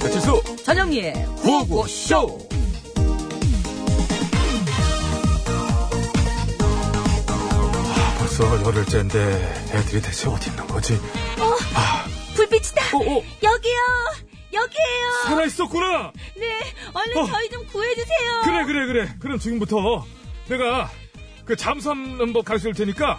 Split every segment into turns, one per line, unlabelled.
배치수
전영미의
구호구쇼 아, 벌써 열흘째인데 애들이 대체 어디 있는 거지?
불빛이다.
어, 어.
여기요. 여기에요.
살아있었구나!
네, 얼른
어.
저희 좀 구해주세요.
그래 그래 그래 그럼 지금부터 내가 그 잠수함 넘버 가르쳐줄 테니까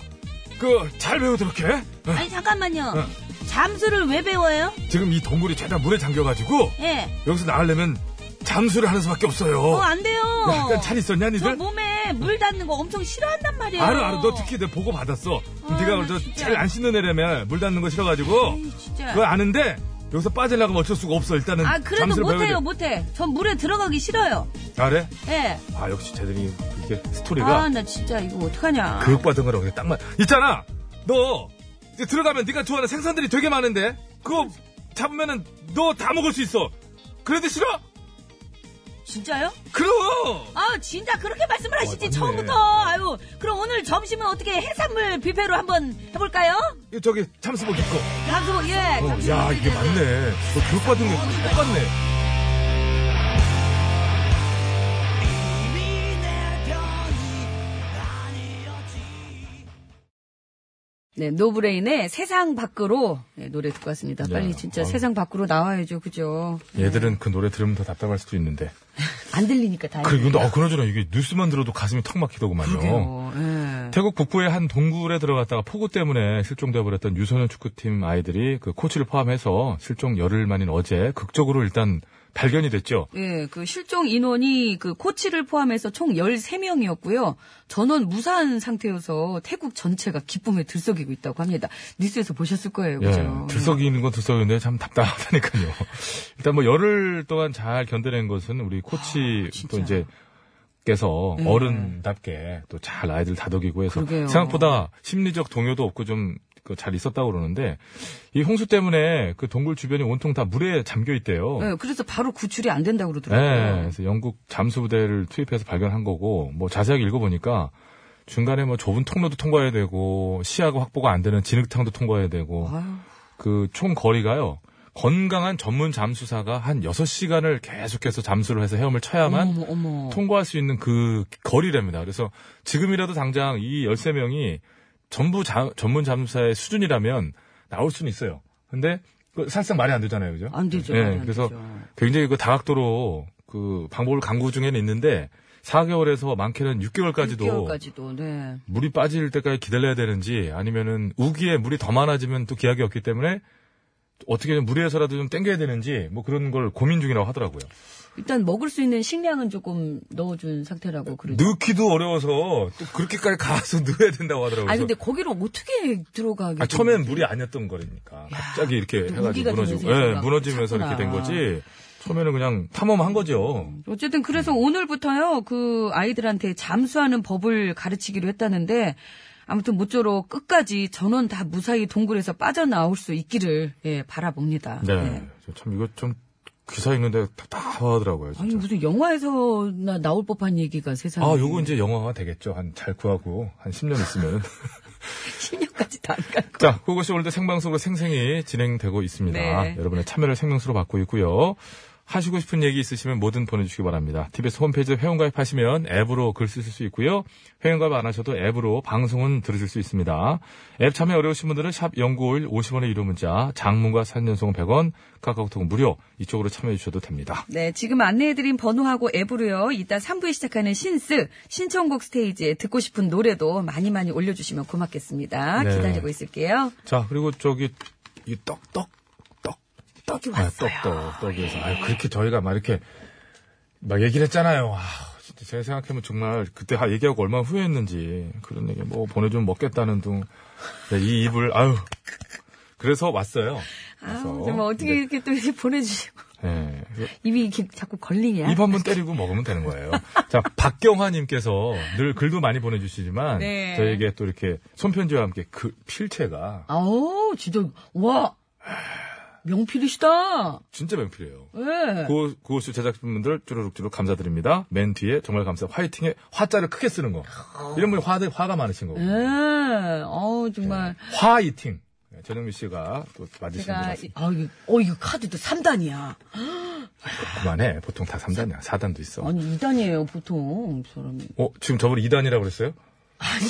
그 잘 배우도록 해 어,
아니 잠깐만요.
어.
잠수를 왜 배워요?
지금 이 동굴이 죄다 물에 잠겨가지고
예.
여기서 나가려면 잠수를 하는 수밖에 없어요
어, 안 돼요.
약간 잘 있었냐
저
니들?
몸에 물 닿는 거 엄청 싫어한단 말이에요.
알아 알아 너 특히 내 보고 받았어
아,
네가
나
그저
진짜.
제일 안 씻는 애라며 물 닿는 거 싫어가지고
에이, 진짜.
그거 아는데 여기서 빠지려고 하면 어쩔 수가 없어 일단은
아, 그래도
잠수를 배워야
못해요, 못해. 전 물에 들어가기 싫어요.
돼. 아, 그래?
예.
아 역시 쟤들이 이게 스토리가
아, 나 진짜 이거 어떡하냐.
교육받은 거랑 그냥 딱 맞. 있잖아 너 이제 들어가면 네가 좋아하는 생선들이 되게 많은데 그거 잡으면은 너 다 먹을 수 있어 그래도 싫어?
진짜요?
그럼
아, 진짜 그렇게 말씀을 하시지,
맞네.
처음부터. 아유, 그럼 오늘 점심은 어떻게 해산물 뷔페로 한번 해볼까요?
이거 저기 잠수복 입고
감수복, 예.
어,
감수복
야 이게
입고
맞네 너 교육받은 거 똑같네
네, 노브레인의 세상 밖으로 네, 노래 듣고 왔습니다. 빨리
야,
진짜
네. 아유.
세상 밖으로 나와야죠, 그죠?
얘들은 그 노래 들으면 더 답답할 수도 있는데
안 들리니까 다행이에요.
그리고 나 그나저나 이게 뉴스만 들어도 가슴이 턱 막히더구만요.
그러게요. 예.
음. 태국 북부의 한 동굴에 들어갔다가 폭우 때문에 실종돼 버렸던 유소년 축구팀 아이들이 그 코치를 포함해서 실종 열흘 만인 어제 극적으로 일단 발견이 됐죠.
예, 그 실종 인원이 그 코치를 포함해서 총 13명이었고요. 전원 무사한 상태여서 태국 전체가 기쁨에 들썩이고 있다고 합니다. 뉴스에서 보셨을 거예요,
예,
그죠? 음.
들썩이는 건 들썩이는데 참 답답하다니까요. 일단 뭐 열흘 동안 잘 견뎌낸 것은 우리 코치 또
아, 진짜.
이제 께서
예.
어른답게 또 잘 아이들 다독이고 해서
그러게요.
생각보다 심리적 동요도 없고 좀그 잘 있었다고 그러는데 이 홍수 때문에 그 동굴 주변이 온통 다 물에 잠겨 있대요.
예, 그래서 바로 구출이 안 된다고
네,
그러더라고요.
그래서 영국 잠수부대를 투입해서 발견한 거고, 뭐 자세하게 읽어보니까 중간에 뭐 좁은 통로도 통과해야 되고, 시야가 확보가 안 되는 진흙탕도 통과해야 되고,
아유,
그 총 거리가요, 건강한 전문 잠수사가 한 6시간을 계속해서 잠수를 해서 헤엄을 쳐야만
어머, 어머.
통과할 수 있는 그 거리랍니다. 그래서 지금이라도 당장 이 13명이 전부 자- 전문 잠수사의 수준이라면 나올 수는 있어요. 근데 그 사실상 말이 안 되잖아요. 그죠?
안 되죠.
예,
말이 안
그래서
되죠.
굉장히 그 다각도로 그 방법을 강구 중에는 있는데 4개월에서 많게는 6개월까지도
6개월까지도, 네.
물이 빠질 때까지 기다려야 되는지 아니면은 우기에 물이 더 많아지면 또 기약이 없기 때문에 어떻게든 무리해서라도 좀 땡겨야 되는지 뭐 그런 걸 고민 중이라고 하더라고요.
일단 먹을 수 있는 식량은 조금 넣어준 상태라고 그러죠.
넣기도 어려워서 또 그렇게까지 가서 넣어야 된다고 하더라고요.
아니 근데 거기로 어떻게 들어가게?
아, 처음엔 물이 아니었던 거니까 갑자기 이렇게
또
해가지고
우기가
무너지고
들면서
예,
이렇게
무너지면서 이렇게 된
찼구나.
거지 처음에는 그냥 탐험한 거죠.
어쨌든 그래서 오늘부터요 그 아이들한테 잠수하는 법을 가르치기로 했다는데 아무튼 모쪼록 끝까지 전원 다 무사히 동굴에서 빠져나올 수 있기를 예, 바라봅니다.
네.
예.
참 이거 좀 기사 읽는데 답답하더라고요.
아니
진짜.
무슨 영화에서나 나올 법한 얘기가 세상에.
아, 요거 이제 영화가 되겠죠. 한 잘 구하고 한 10년 있으면.
신년까지 다안 가고.
자, 그것이 오늘도 생방송으로 생생히 진행되고 있습니다.
네.
여러분의 참여를 생명수로 받고 있고요. 하시고 싶은 얘기 있으시면 뭐든 보내주시기 바랍니다. TBS 홈페이지 회원가입하시면 앱으로 글 쓰실 수 있고요. 회원가입 안 하셔도 앱으로 방송은 들으실 수 있습니다. 앱 참여 어려우신 분들은 샵 0951 50원의 유료 문자, 장문과 산연송 100원, 카카오톡 무료 이쪽으로 참여해 주셔도 됩니다.
네, 지금 안내해드린 번호하고 앱으로요. 이따 3부에 시작하는 신스 신청곡 스테이지에 듣고 싶은 노래도 많이 많이 올려주시면 고맙겠습니다.
네.
기다리고 있을게요.
자, 그리고 저기 이 떡, 떡, 떡, 아, 떡이
왔어요. 예.
떡, 떡, 떡에서 아 그렇게 저희가 막 이렇게 막 얘기를 했잖아요. 아, 진짜 제가 생각하면 정말 그때 하- 얘기하고 얼마나 후회했는지 그런 얘기 뭐 보내주면 먹겠다는 둥. 네, 이 입을 아유. 그래서 왔어요.
아,
그래서
정말 어떻게
이제,
이렇게 또 이렇게 보내주시고
예.
입이 이렇게 자꾸 걸리냐?
입 한 번 때리고 먹으면 되는 거예요. 자, 박경화님께서 늘 글도 많이 보내주시지만
네.
저에게 또 이렇게 손편지와 함께 그 필체가
아우, 진짜 와 명필이시다.
진짜 명필이에요.
예.
구호, 구호수 제작진분들 쭈루룩쭈룩 감사드립니다. 맨 뒤에 정말 감사. 화이팅에 화자를 크게 쓰는 거. 이런 분이 화, 화가 많으신 거고.
예. 어우, 정말.
화이팅. 네, 전영미 씨가 또 맞으신 것
제가,
같습니다.
아, 이거, 어, 이거 카드도 3단이야.
그만해. 보통 다 3단이야. 4단도 있어.
아니, 2단이에요, 보통, 사람이.
어, 지금 저번에 2단이라고 그랬어요?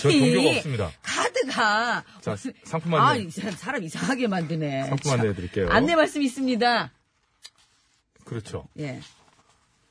저 동료가 없습니다.
카드가.
자,
무슨-
상품
아,
안내,
이 사람, 사람 이상하게 만드네.
상품 안내 해드릴게요.
안내 말씀 있습니다.
그렇죠.
예.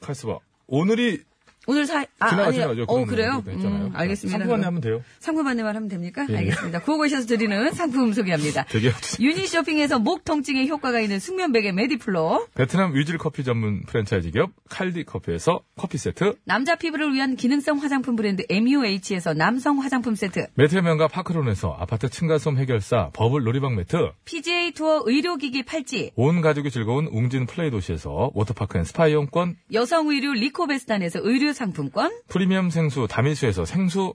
카스바. 오늘이
오늘 사, 아,
지나가지 않아요.
아니에요. 어, 그래요? 음, 알겠습니다.
상품 안내 하면 돼요.
상품 안내만 하면 됩니까?
예.
알겠습니다. 구호 오셔서 드리는 상품 소개합니다.
되게
유니쇼핑에서 목 통증에 효과가 있는 숙면베개 메디플로,
베트남 위즐 커피 전문 프랜차이즈 기업 칼디 커피에서 커피 세트,
남자 피부를 위한 기능성 화장품 브랜드 MUH에서 남성 화장품 세트,
매트의 명가 파크론에서 아파트 층간소음 해결사 버블 놀이방 매트,
PGA 투어 의료기기 팔찌,
온 가족이 즐거운 웅진 플레이 도시에서 워터파크 앤 스파 이용권,
여성 의류 리코베스탄에서 의류 상품권,
프리미엄 생수 다미수에서 생수,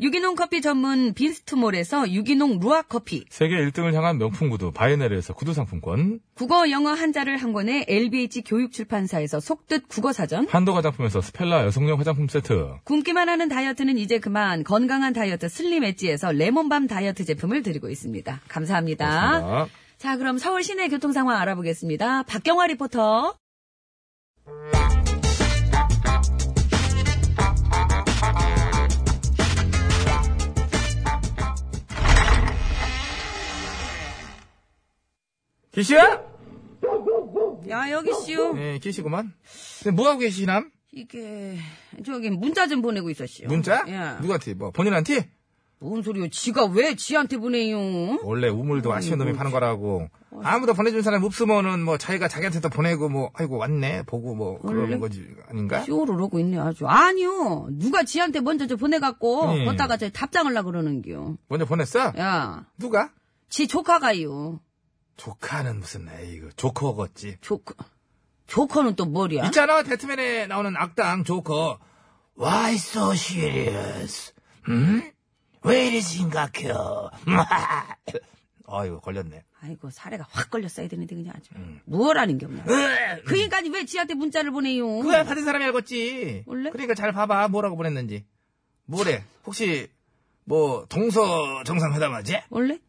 유기농 커피 전문 빈스트몰에서 유기농 루아 커피,
세계 1등을 향한 명품 구두 바이네르에서 구두 상품권,
국어 영어 한자를 한 권에 LBH 교육출판사에서 속뜻 국어사전,
한도 화장품에서 스펠라 여성용 화장품 세트,
굶기만 하는 다이어트는 이제 그만 건강한 다이어트 슬림 엣지에서 레몬밤 다이어트 제품을 드리고 있습니다. 감사합니다.
고맙습니다.
자, 그럼 서울 시내 교통 상황 알아보겠습니다. 박경화 리포터.
계시야?
야, 여기 씨요.
네, 계시구만. 뭐하고 계시남?
이게 저기 문자 좀 보내고 있었시요. 예.
누구한테? 뭐, 본인한테?
뭔 소리요? 지가 왜 지한테 보내요?
원래 우물도 아쉬운 놈이 파는 거라고. 아무도 보내준 사람 없으면은 뭐 자기가 자기한테도 보내고 뭐 아이고 왔네 보고 뭐
원래?
그러는 거지 아닌가?
쇼를 하고 있네 아주. 아니요. 누가 지한테 먼저 저 보내갖고
음.
걷다가 저 답장을라 그러는겨.
먼저
예.
보냈어?
야,
누가?
지 조카가요.
조카는 무슨 에이그 조커겠지.
조커. 조커는 또 뭐야?
있잖아 배트맨에 나오는 악당 조커. Why so serious? 음? 왜 이리 심각해요? 아이고 걸렸네.
아이고 사례가 확 걸렸어야 되는데 그냥 아주
음.
무어라는 게 없나 그 인간이 왜 지한테 문자를 보내요
그거야 받은 사람이 알겠지.
원래?
그러니까 잘 봐봐 뭐라고 보냈는지. 뭐래? 혹시 뭐 동서 정상회담하지?
원래?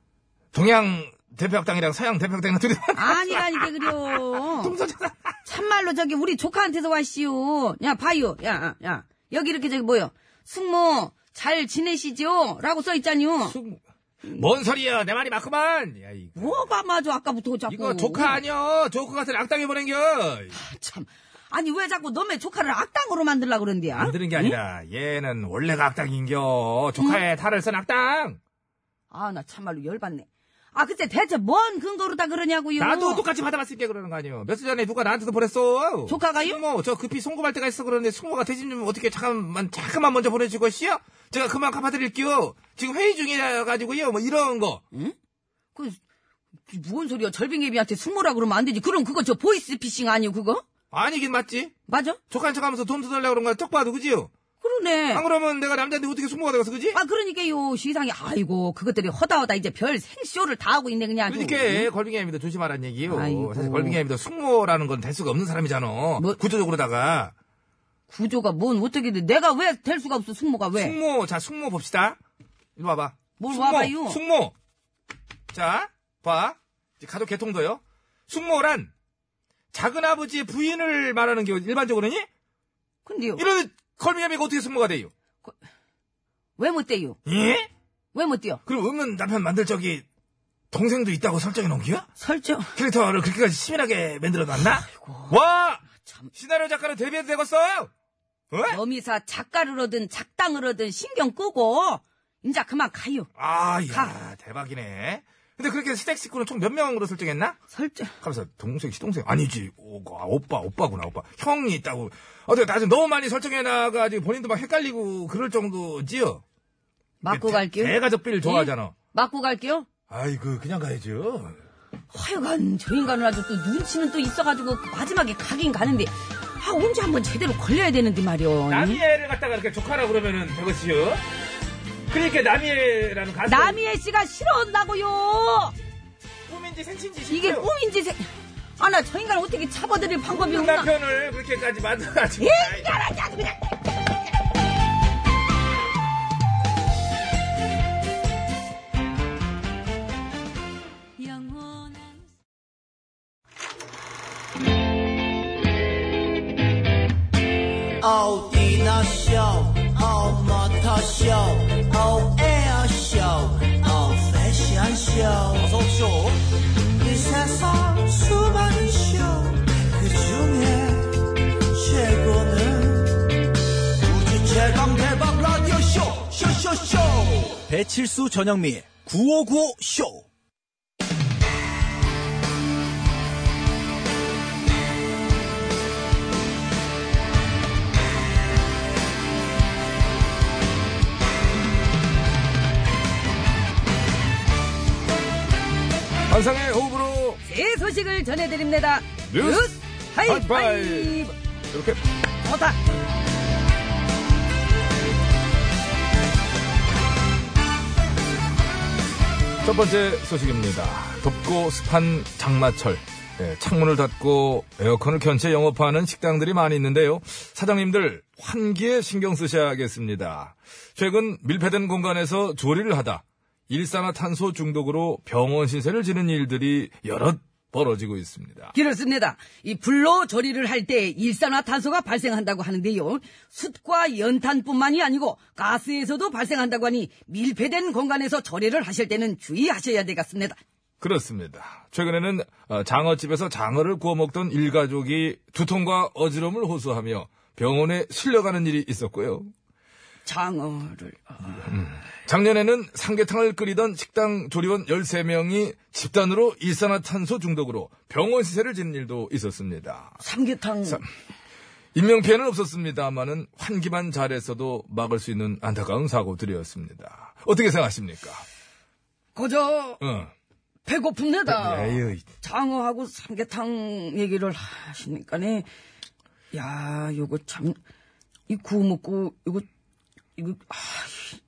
동양 대표학당이랑 서양 대표학당이랑 둘이
아니라니까 그려
동서 정상.
참말로 저기 우리 조카한테서 왔시오 야 봐요 야야 여기 이렇게 저기 뭐요 숙모 잘 지내시지요? 라고 써있잖요
뭔 소리야? 내 말이 맞구만. 야 이거.
뭐가 맞아 아까부터 자꾸
이거 조카 아니여. 조카 같은 악당이 보낸겨.
아, 참 아니 왜 자꾸 너네 조카를 악당으로 만들려고 그런디야
만드는 게 아니라 얘는 원래가 악당인겨. 조카의 탈을 쓴 악당.
아 나 참말로 열받네 아 그때 대체 뭔 근거로 다 그러냐고요
나도 똑같이 받아봤을게 그러는 거 아니에요. 몇 주 전에 누가 나한테도 보냈어.
조카가요?
숙모, 저 급히 송금할 때가 있어 그러는데 숙모가 대신 좀 어떻게 잠깐만 잠깐만 먼저 보내주고 씨요. 제가 그만 갚아드릴게요. 지금 회의 중이라 가지고요. 뭐 이런 거.
그, 그 무슨 소리야? 절빙애비한테 숙모라 그러면 안 되지. 그럼 그거 저 보이스피싱 아니요 그거?
아니긴 맞지.
맞아?
조카인 척하면서 돈 두달라고 그런 거야. 쩍 봐도 그지요.
그러네.
안 그러면 내가 남자인데 어떻게 숙모가 되겠어 그지?
아, 그러니까요. 시상이, 아이고, 그것들이 허다허다 이제 별 생쇼를 다 하고 있네, 그냥. 아주.
그러니까 걸빙애입니다. 조심하라는 얘기예요.
아이고. 뭐-
사실 걸빙애입니다. 숙모라는 건 될 수가 없는 사람이잖아. 구조적으로다가
구조가 뭔, 어떻게, 돼. 내가 왜 될 수가 없어, 숙모가 왜?
숙모, 자, 숙모 봅시다. 이리 와봐.
네. 뭘
숙모,
와봐요?
숙모. 자, 봐. 이제 가족 개통도요. 숙모란 작은 아버지의 부인을 말하는 게 일반적으로니?
근데요,
이런 걸미야미가 어떻게 승모가 돼요?
왜 못 돼요?
예?
왜 못 돼요?
그럼 없는 남편 만들 적이 동생도 있다고 설정해 놓은 거야?
설정.
캐릭터를 그렇게까지 치밀하게 만들어 놨나? 와!
참.
시나리오 작가는 데뷔해도 되겠어요? 어?
여미사 작가를 얻은 작당을 얻은 신경 끄고 인자 그만 가요.
아, 야,
가.
대박이네. 근데 그렇게 시댁 식구는 총 몇 명으로 설정했나?
설정.
하면서 동생, 시동생 아니지. 오, 아, 오빠, 오빠구나, 오빠. 형이 있다고. 어떻게 나중에 너무 많이 설정해놔가지고 본인도 막 헷갈리고 그럴 정도지요?
맞고 갈게요. 예?
대가족비를 좋아하잖아.
맞고 갈게요.
아이고, 그냥 가야죠.
하여간 저 인간은 아주 또 눈치는 또 있어가지고 그 마지막에 가긴 가는데 아 언제 한번 제대로 걸려야 되는데 말이오.
남의 애를 갖다가 이렇게 조카라 그러면은 되겠지요? 그러니까 남의 애라는 가수.
남이애 씨가 싫어한다고요.
꿈인지 생신지 싶어요.
이게 꿈인지 생. 아나 저 인간 어떻게 잡아들일 방법이
그
없나?
남편을 그렇게까지
예?
만들어가지고.
인간한테 아주 그냥.
어디나 쇼 어머터 쇼 어에어 쇼 어패션 쇼 어서 쇼. 이 세상 수많은 쇼그 중에 최고는 우주 최강 대박 라디오 쇼 쇼쇼쇼 배칠수 전영미 9595 쇼.
환상의 호흡으로
새 소식을 전해드립니다.
뉴스
뉴스 하이파이브.
하이파이브. 이렇게
좋다.
첫 번째 소식입니다. 덥고 습한 장마철. 예, 창문을 닫고 에어컨을 켠 채 영업하는 식당들이 많이 있는데요. 사장님들 환기에 신경 쓰셔야겠습니다. 최근 밀폐된 공간에서 조리를 하다 일산화탄소 중독으로 병원 신세를 지는 일들이 여럿 벌어지고 있습니다.
그렇습니다. 이 불로 조리를 할 때 일산화탄소가 발생한다고 하는데요. 숯과 연탄뿐만이 아니고 가스에서도 발생한다고 하니 밀폐된 공간에서 조리를 하실 때는 주의하셔야 되겠습니다.
그렇습니다. 최근에는 어, 장어집에서 장어를 구워 먹던 일가족이 두통과 어지럼을 호소하며 병원에 실려가는 일이 있었고요.
장어를
작년에는 삼계탕을 끓이던 식당 조리원 13명이 집단으로 일산화탄소 중독으로 병원 시세를 지는 일도 있었습니다.
삼계탕
인명피해는 없었습니다만은 환기만 잘했어도 막을 수 있는 안타까운 사고들이었습니다. 어떻게 생각하십니까?
고저
응.
배고픕니다.
에이,
장어하고 삼계탕 얘기를 하시니까네. 야, 요거 참, 이 구워 먹고, 요거, 이거, 아, 씨.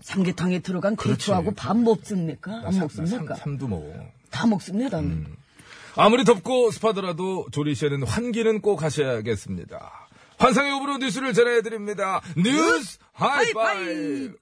삼계탕에 들어간 배추하고 밥 먹습니까? 안 먹습니까?
도 먹어.
다 먹습니다.
아무리 덥고 습하더라도 조리 시에는 환기는 꼭 하셔야겠습니다. 환상의 오브로 뉴스를 전해드립니다. 뉴스 하이파이브!
하이파이브!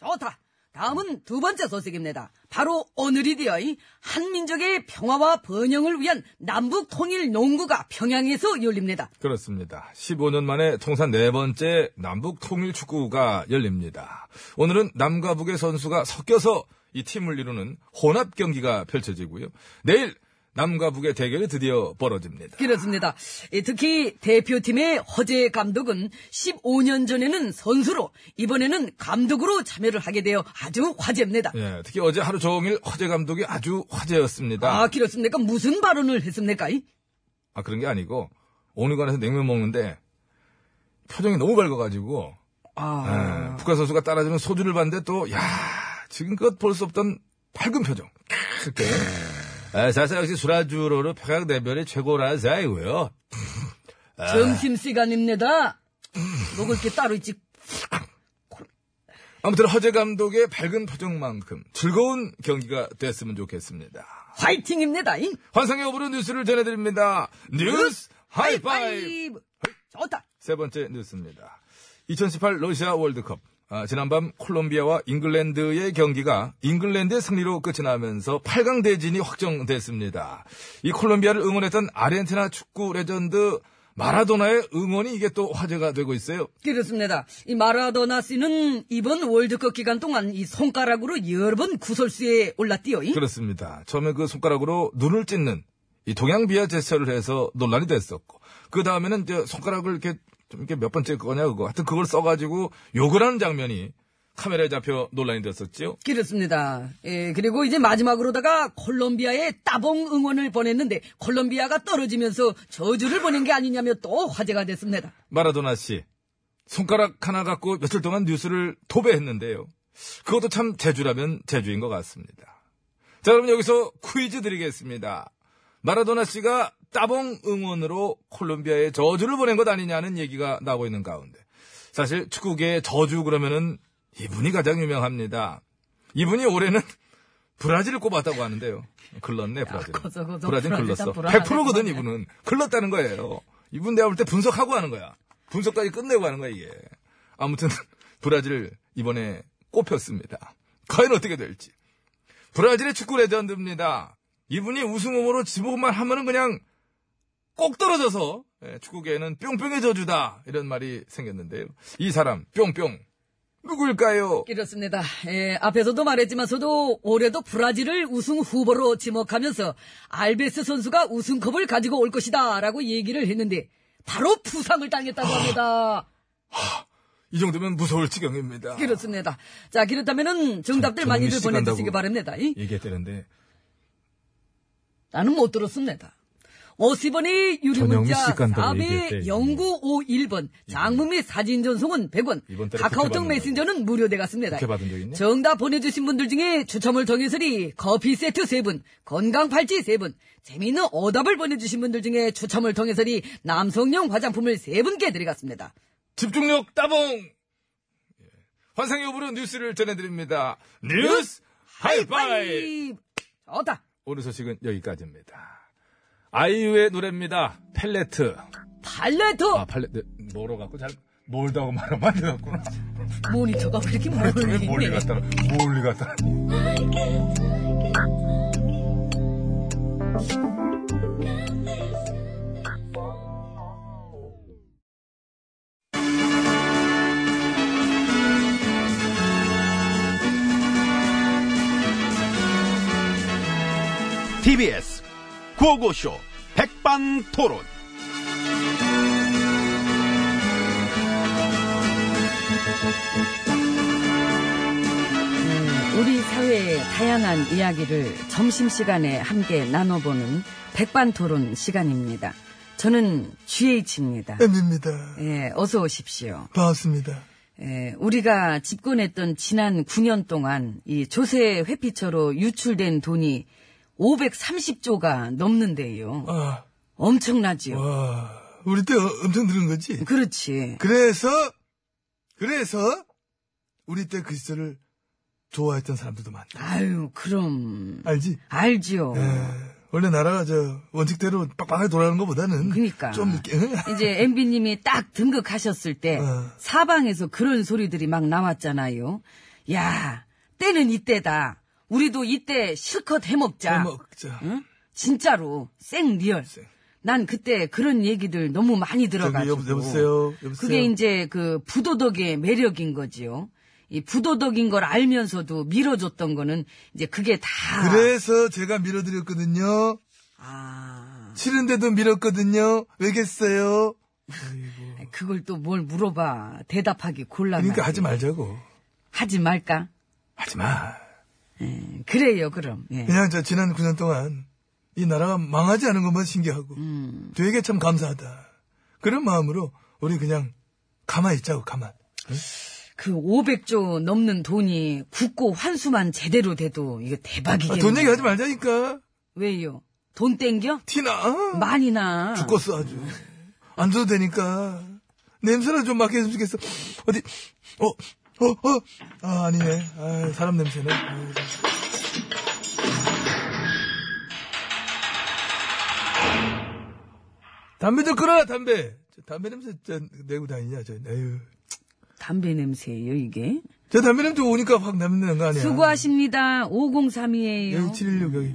좋다. 다음은 두 번째 소식입니다. 바로 오늘이디어 이 한민족의 평화와 번영을 위한 남북 통일 농구가 평양에서 열립니다.
그렇습니다. 15년 만에 통산 네 번째 남북 통일 축구가 열립니다. 오늘은 남과 북의 선수가 섞여서 이 팀을 이루는 혼합 경기가 펼쳐지고요. 내일 남과 북의 대결이 드디어 벌어집니다.
그렇습니다. 예, 특히 대표팀의 허재 감독은 15년 전에는 선수로 이번에는 감독으로 참여를 하게 되어 아주 화제입니다.
예, 특히 어제 하루 종일 허재 감독이 아주 화제였습니다.
아
아,
그렇습니까? 무슨 발언을 했습니까? 이?
그런 게 아니고 오늘 관에서 냉면 먹는데 표정이 너무 밝아가지고
아
예, 북한 선수가 따라주는 소주를 봤는데 또, 야 지금껏 볼 수 없던 밝은 표정. 그때. 아, 사실 역시 술안주로는 평양 대변이 최고라는 생각이고요. 아.
점심 시간입니다. 먹을 게 따로 있지.
아무튼 허재 감독의 밝은 표정만큼 즐거운 경기가 됐으면 좋겠습니다.
화이팅입니다. 이.
환상의 오브로 뉴스를 전해드립니다. 뉴스 하이파이브!
하이파이브. 좋다.
세 번째 뉴스입니다. 2018 러시아 월드컵 아, 지난밤 콜롬비아와 잉글랜드의 경기가 잉글랜드의 승리로 끝이 나면서 8강 대진이 확정됐습니다. 이 콜롬비아를 응원했던 아르헨티나 축구 레전드 마라도나의 응원이 이게 또 화제가 되고 있어요.
그렇습니다. 이 마라도나 씨는 이번 월드컵 기간 동안 이 손가락으로 여러 번 구설수에 올랐디요. 이?
그렇습니다. 처음에 그 손가락으로 눈을 찢는 이 동양비하 제스처를 해서 논란이 됐었고, 그 다음에는 이제 손가락을 이렇게 좀 이렇게 몇 번째 거냐 그거. 하여튼 그걸 써가지고 욕을 하는 장면이 카메라에 잡혀 논란이 됐었지요.
그렇습니다. 예, 그리고 이제 마지막으로다가 콜롬비아에 따봉 응원을 보냈는데 콜롬비아가 떨어지면서 저주를 보낸 게 아니냐며 또 화제가 됐습니다.
마라도나 씨. 손가락 하나 갖고 며칠 동안 뉴스를 도배했는데요. 그것도 참 재주라면 재주인 것 같습니다. 자, 그럼 여기서 퀴즈 드리겠습니다. 마라도나 씨가 따봉 응원으로 콜롬비아에 저주를 보낸 것 아니냐는 얘기가 나오고 있는 가운데. 사실 축구계의 저주 그러면은 이분이 가장 유명합니다. 이분이 올해는 브라질을 꼽았다고 하는데요. 글렀네, 브라질.
거저, 거저.
브라질
아, 브라질
글렀어.
참 불안하네,
100%거든,
정말.
이분은. 글렀다는 거예요. 이분 내가 볼 때 분석하고 하는 거야. 분석까지 끝내고 하는 거야, 이게. 아무튼, 브라질 이번에 꼽혔습니다. 과연 어떻게 될지. 브라질의 축구 레전드입니다. 이분이 우승후보로 지목만 하면은 그냥 꼭 떨어져서 예, 축구계에는 뿅뿅의 저주다 이런 말이 생겼는데요. 이 사람 뿅뿅 누구일까요?
그렇습니다. 예, 앞에서도 말했지만 저도 올해도 브라질을 우승 후보로 지목하면서 알베스 선수가 우승컵을 가지고 올 것이다 라고 얘기를 했는데 바로 부상을 당했다고 합니다.
이 정도면 무서울 지경입니다.
그렇습니다. 자, 그렇다면은 정답들
저-
많이들
저놈이
보내주시기
시간다고.
바랍니다. 이?
얘기했다는데
나는 못 들었습니다.
전영미
50원의 유료문자
씨 간다고 얘기했대,
4배
이거.
0951번 장문 및 사진 전송은 100원
이번 달에
카카오톡
국회 받는
메신저는 무료되갔습니다.
국회 받은 적 있냐?
정답 보내주신 분들 중에 추첨을 통해서리 커피 세트 3분 건강 팔찌 3분 재미있는 오답을 보내주신 분들 중에 추첨을 통해서리 남성용 화장품을 3분께 드리겠습니다.
집중력 따봉 예. 환상 여부로 뉴스를 전해드립니다. 뉴스 하이파이.
좋다.
오늘 소식은 여기까지입니다. 아이유의 노래입니다. 펠레트.
팔레트
아 팔레트 뭐로 갖고 잘 몰다고 말하면 안 되겠구나.
모니터가 왜 이렇게
왜
멀리
멀리
있네.
갔다 놔? 멀리 갔다 놔?
TBS 구호고쇼 백반토론.
음, 우리 사회의 다양한 이야기를 점심시간에 함께 나눠보는 백반토론 시간입니다. 저는 GH입니다.
네.
M입니다.
예, 어서 오십시오.
반갑습니다.
예, 우리가 집권했던 지난 9년 동안 이 조세 회피처로 유출된 돈이 530조가 넘는데요.
아,
엄청나지요.
어.
와, 우리 때 어- 엄청 들은 거지?
그렇지.
그래서, 그래서, 우리 때 그 시절을 좋아했던 사람들도 많다.
아유, 그럼
알지?
알지요.
네.
에, 원래 나라가 저 원칙대로 빡빡하게 돌아가는 것보다는
그러니까.
좀 늦게
이제 MB님이 딱 등극하셨을 때
어.
사방에서 그런 소리들이 막 나왔잖아요. 야 때는 이때다. 우리도 이때 실컷 해먹자.
뭐 먹자.
응? 진짜로 생 리얼. 난 그때 그런 얘기들 너무 많이 들어가지고.
여보, 여보세요. 여보세요.
그게 이제 그 부도덕의 매력인 거지요. 이 부도덕인 걸 알면서도 밀어줬던 거는 이제 그게 다.
그래서 제가 밀어드렸거든요.
아
싫은데도 밀었거든요. 왜겠어요?
그걸 또 뭘 물어봐 대답하기 곤란해.
그러니까 하지 말자고.
하지 말까?
하지 마.
그래요, 그럼. 예.
그냥 저 지난 9년 동안 이 나라가 망하지 않은 것만 신기하고
음.
되게 참 감사하다. 그런 마음으로 우리 그냥 가만히 있자고 가만.
그 500조 넘는 돈이 국고 환수만 제대로 돼도 이거 대박이겠네.
아, 돈 얘기하지 말자니까.
왜요? 돈 땡겨?
티나.
많이 나.
죽겠어 아주. 안 줘도 되니까. 냄새나 좀 맡게 해주면 좋겠어. 어디 어. 어, 어, 아, 아니네. 아, 사람 냄새네. 아유. 담배 좀 끊어라, 담배. 저 담배 냄새 진짜 내고 다니냐, 저, 에휴.
담배 냄새예요, 이게.
제 담배 냄새 오니까 확 남는 거 아니야?
수고하십니다. 503이에요.
여기 716 여기.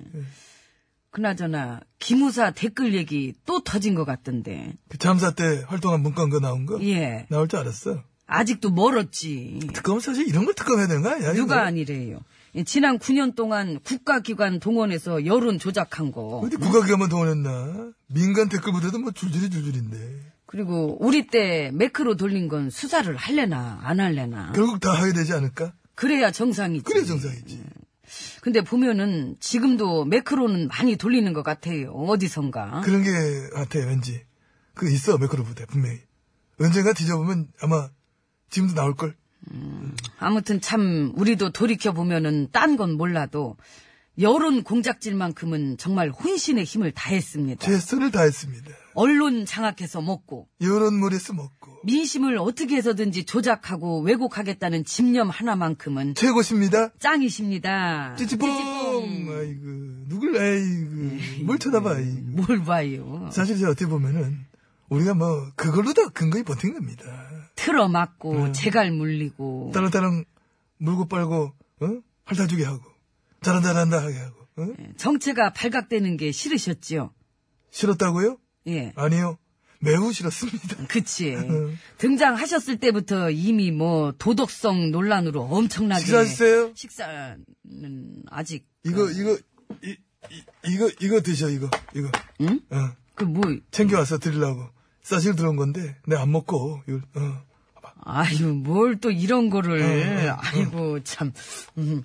그나저나 김우사 댓글 얘기 또 터진 것 같던데.
그 잠사 때 활동한 문건 거 나온 거?
예.
나올 줄 알았어.
아직도 멀었지.
특검 사실 이런 걸 특검해야 되는 거 아니야?
누가
이거?
아니래요. 예, 지난 9년 동안 국가기관 동원해서 여론 조작한 거.
어디 국가기관만 동원했나? 민간 댓글보다도 뭐 줄줄이 줄줄인데.
그리고 우리 때 매크로 돌린 건 수사를 할래나 안 할래나.
결국 다 하게 되지 않을까?
그래야 정상이지.
그래 정상이지.
음. 근데 보면은 지금도 매크로는 많이 돌리는 것 같아요. 어디선가.
그런 게 같아 왠지. 그 있어 매크로 부대 분명히. 언젠가 뒤져보면 아마 지금도 나올 걸.
아무튼 참 우리도 돌이켜 보면은 딴 건 몰라도 여론 공작질만큼은 정말 혼신의 힘을 다했습니다.
최선을 다했습니다.
언론 장악해서 먹고
여론 무리스 먹고
민심을 어떻게 해서든지 조작하고 왜곡하겠다는 집념 하나만큼은
최고십니다.
짱이십니다.
찌찌뽕!
찌찌뽕.
아이고, 누굴, 아이고, 뭘 쳐다봐, 아이고.
뭘 봐요?
사실 이제 어떻게 보면은, 우리가 뭐, 그걸로 다 근거히 버틴 겁니다.
틀어막고
네.
제갈 물리고
따랑따랑 물고 빨고, 어? 핥아주게 하고, 잘한다, 잘한다 하게 하고, 어?
정체가 발각되는 게 싫으셨지요?
싫었다고요?
예.
아니요. 매우 싫었습니다.
그치. 등장하셨을 때부터 이미 뭐 도덕성 논란으로 엄청나게.
식사하셨어요?
식사는 아직.
이거, 이거, 이, 이, 거 이거 드셔, 이거, 이거.
응?
어,
그 뭐,
챙겨와서 드리려고. 싸실 들어온 건데, 내가 안 먹고, 이걸, 어.
아유, 뭘 또 이런 거를.
응, 응,
아이고, 참. 음.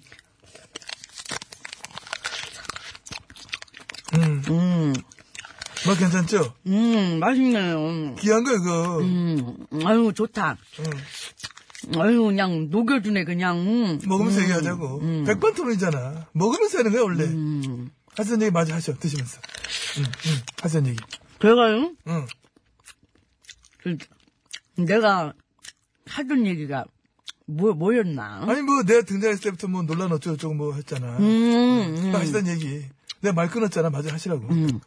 음,
음,
맛뭐 괜찮죠?
음, 맛있네요.
귀한 거, 이거.
음, 아유, 좋다.
응. 어.
아유, 그냥 녹여주네, 그냥. 음.
먹으면서 얘기하자고. 백반 토론이잖아. 먹으면서 하는 거야, 원래.
음.
하선 얘기 마저 하셔, 드시면서. 응, 응, 하선 얘기.
제가요?
응.
그, 내가 하던 얘기가 뭐, 뭐였나?
아니, 뭐, 내가 등장했을 때부터 뭐, 논란 어쩌고저쩌고 뭐 했잖아.
음, 음.
하시던 얘기. 내가 말 끊었잖아, 마저 하시라고. 응.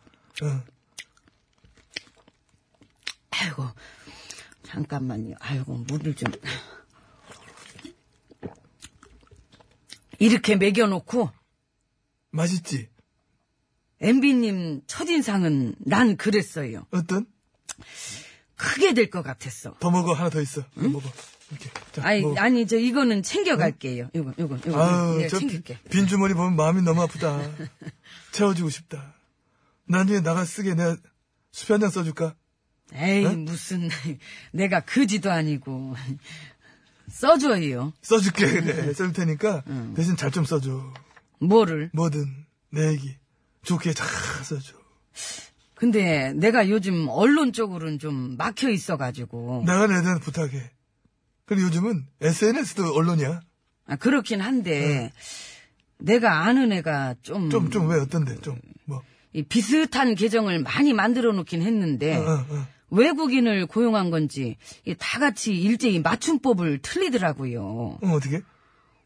아이고, 잠깐만요. 아이고, 물을 좀. 이렇게 매겨놓고,
맛있지?
MB님 첫인상은 난 그랬어요.
어떤?
크게 될 것 같았어.
더 먹어, 하나 더 있어. 이거 먹어. 이렇게. 자,
아니,
먹어.
아니, 저 이거는 챙겨갈게요. 이거, 이거, 이거.
뭐. 아유,
예,
저
챙길게.
빈주머니 보면 마음이 너무 아프다. 채워주고 싶다. 나중에 나가 쓰게 내가 수표 한 장 써줄까?
에이, 무슨, 내가 그지도 아니고. 써줘요.
써줄게,
음,
그래. 써줄 테니까 대신 잘 좀 써줘.
뭐를.
뭐든 내 얘기 좋게 잘 써줘.
근데 내가 요즘 언론 쪽으로는 좀 막혀 있어가지고.
내가 애들한테 부탁해. 그리고 요즘은 SNS도 언론이야.
아, 그렇긴 한데, 내가 아는 애가 네. 좀,
좀, 좀, 왜, 어떤데, 좀, 뭐.
이 비슷한 계정을 많이 만들어 놓긴 했는데,
어, 어.
외국인을 고용한 건지, 이다 같이 일제히 맞춤법을 틀리더라고요.
응, 어떻게?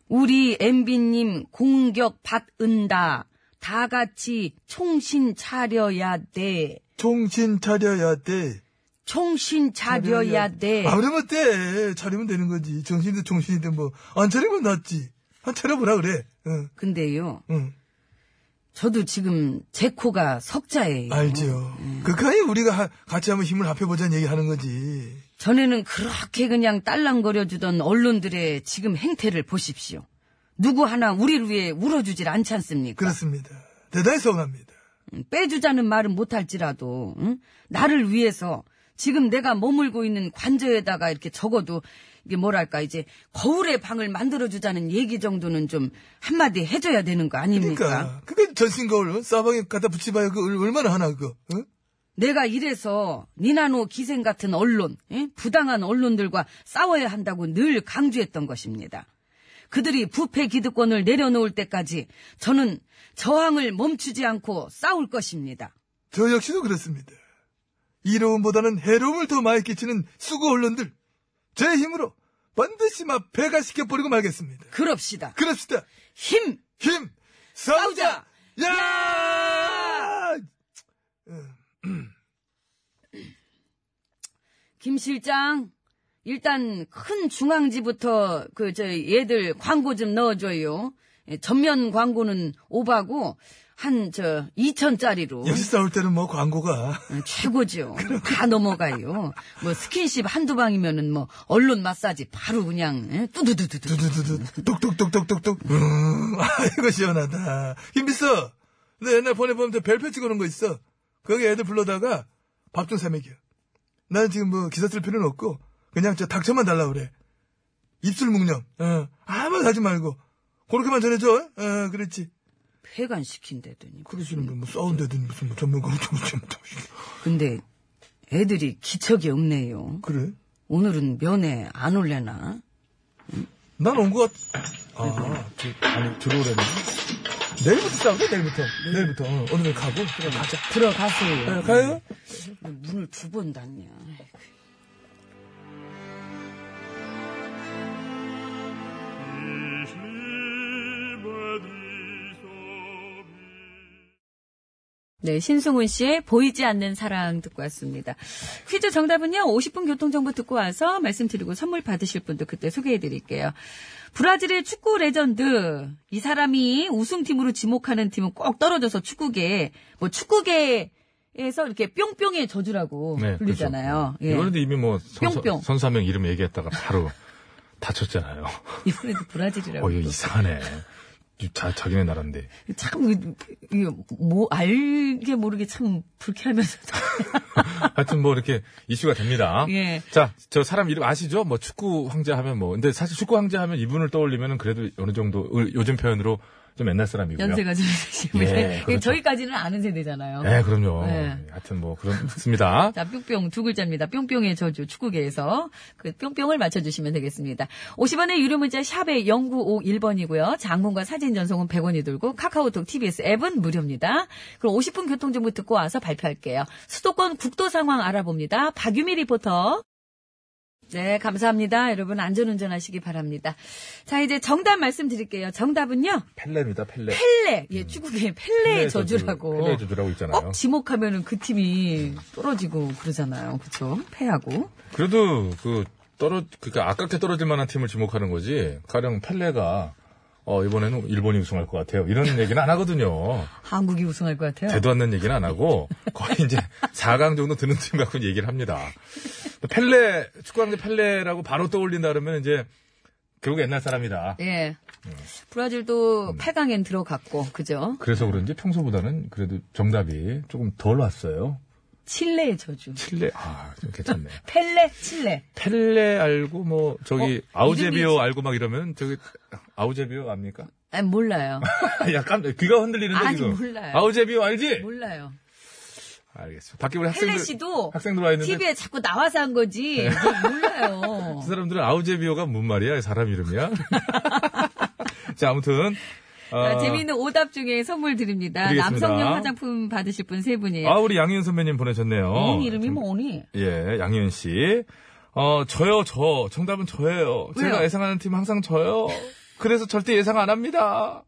우리 MB님 공격 받은다. 다 같이 총신 차려야 돼.
총신 차려야 돼.
총신 차려야 돼.
아무래도 돼. 차리면 되는 거지. 정신이든 총신이든 뭐. 안 차리면 낫지. 한 차려보라 그래. 응,
근데요,
응.
저도 지금 제 코가 석자예요.
알지요. 그까이 우리가 하- 같이 한번 힘을 합해보자는 얘기 하는 거지.
전에는 그렇게 그냥 딸랑거려주던 언론들의 지금 행태를 보십시오. 누구 하나 우리를 위해 울어주질 않지 않습니까?
그렇습니다. 대단히 서운합니다.
음, 빼주자는 말은 못할지라도 응? 나를 위해서 지금 내가 머물고 있는 관저에다가 이렇게 적어도 이게 뭐랄까 이제 거울의 방을 만들어주자는 얘기 정도는 좀 한마디 해줘야 되는 거 아닙니까?
그러니까. 그게 전신 거울, 어? 싸방에 갖다 붙여봐야 그 얼마나 하나, 그거. 어? 응?
내가 이래서 니나노 기생 같은 언론, 예? 부당한 언론들과 싸워야 한다고 늘 강조했던 것입니다. 그들이 부패 기득권을 내려놓을 때까지 저는 저항을 멈추지 않고 싸울 것입니다.
저 역시도 그렇습니다. 이로움보다는 해로움을 더 많이 끼치는 수구 언론들 제 힘으로 반드시 막 배가시켜 버리고 말겠습니다.
그럽시다.
그럽시다.
힘!
힘 싸우자. 야!
김 실장,
일단 큰 중앙지부터 그 저희 얘들 광고 좀 넣어줘요. 예, 전면 광고는 오바고 한 저 2천짜리로
역시 싸울 때는 뭐 광고가
아, 최고죠. 다 넘어가요. 뭐 스킨십 한두 방이면은 뭐 언론 마사지 바로 그냥 예, 뚜두두두두.
두두두두 뚝뚝뚝뚝뚝뚝 음 아이고 시원하다 김비서 너 옛날 보내 보면 별표 찍어놓은 거 있어 거기 애들 불러다가 밥 좀 사먹여 나는 지금 뭐 기사 쓸 필요는 없고 그냥 저 닥쳐만 달라 그래 입술 묵념 어 아무 하지 말고 그렇게만 전해줘 어 그렇지
폐간시킨다더니.
그러시는 분뭐 싸운다든 무슨 뭐 전문가 엄청 엄청
근데 애들이 기척이 없네요.
그래
오늘은 면회 안 올래나?
난 온 것 같... 아, 저, 아니, 들어오라는 내일부터 싸우자, 내일부터. 내일부터. 어, 오늘 가고, 그럼 가자.
들어가세요.
어, 가요?
문을 두 번 닫냐. 아이고.
네, 신승훈 씨의 보이지 않는 사랑 듣고 왔습니다. 퀴즈 정답은요, 50분 교통정보 듣고 와서 말씀드리고 선물 받으실 분도 그때 소개해 드릴게요. 브라질의 축구 레전드. 이 사람이 우승팀으로 지목하는 팀은 꼭 떨어져서 축구계, 뭐 축구계에서 이렇게 뿅뿅의 저주라고
네,
불리잖아요. 예.
그렇죠. 이번에도 이미 뭐 선수,
뿅뿅.
선수 한 명 이름 얘기했다가 바로 다쳤잖아요.
이번에도 브라질이라고.
어, 이거 이상하네. 자, 자기네 나라인데.
참, 이, 뭐, 알게 모르게 참 불쾌하면서도.
하여튼 뭐 이렇게 이슈가 됩니다.
예.
자, 저 사람 이름 아시죠? 뭐 축구 황제 하면 뭐. 근데 사실 축구 황제 하면 이분을 떠올리면은 그래도 어느 정도 을- 요즘 표현으로 좀 옛날 사람이고요.
연세가 좀 있으시고.
예,
예,
그렇죠.
저희까지는 아는 세대잖아요.
네, 그럼요.
네.
하여튼 뭐 그렇습니다.
자, 뿅뿅 두 글자입니다. 뿅뿅의 저주 축구계에서 그 뿅뿅을 맞춰주시면 되겠습니다. 50원의 유료 문자 샵에 0951번이고요. 장문과 사진 전송은 100원이 들고 카카오톡, TBS 앱은 무료입니다. 그럼 50분 교통정보 듣고 와서 발표할게요. 수도권 국도 상황 알아봅니다. 박유미 리포터. 네, 감사합니다. 여러분 안전운전 하시기 바랍니다. 자, 이제 정답 말씀드릴게요. 정답은요.
펠레입니다, 펠레.
펠레. 예, 축구계 펠레의 저주라고. 어?
펠레의 저주라고 있잖아요.
꼭 지목하면은 그 팀이 떨어지고 그러잖아요. 그쵸? 패하고.
그래도 그 떨어 그러니까 아깝게 떨어질 만한 팀을 지목하는 거지. 가령 펠레가 어 이번에는 일본이 우승할 것 같아요. 이런 얘기는 안 하거든요.
한국이 우승할 것 같아요.
대도 않는 얘기는 안 하고 거의 이제 4강 정도 드는 팀 갖고 얘기를 합니다. 펠레 축구하는 게 펠레라고 바로 떠올린다 그러면 이제 결국 옛날 사람이다.
예.
음.
브라질도 팔 8강엔 들어갔고, 그죠?
그래서 그런지 평소보다는 그래도 정답이 조금 덜 왔어요.
칠레의 저주.
칠레 아 괜찮네.
펠레, 칠레.
펠레 알고 뭐 저기 아우제비오
이름이-
알고 막 이러면 저기 아우제비오 압니까?
아, 몰라요.
아, 약간 귀가 흔들리는데
아니,
지금.
몰라요.
아우제비오 알지?
몰라요.
알겠어. 밖에 우리 학생들
펠레 씨도
학생들 와 있는데 네.
TV에 자꾸 나와서 한 거지. 몰라요.
그 사람들은 아우제비오가 뭔 말이야? 사람 이름이야? 자 아무튼 어,
아, 재미있는 오답 중에 선물 드립니다.
드리겠습니다.
남성용 화장품 받으실 분 세 분이에요.
아 어. 우리 양희은 선배님 보내셨네요.
이인 이름이 뭐니?
예, 양희은 씨. 어 저요 저 정답은 저예요. 제가 예상하는 팀 항상 저요. 그래서 절대 예상 안 합니다.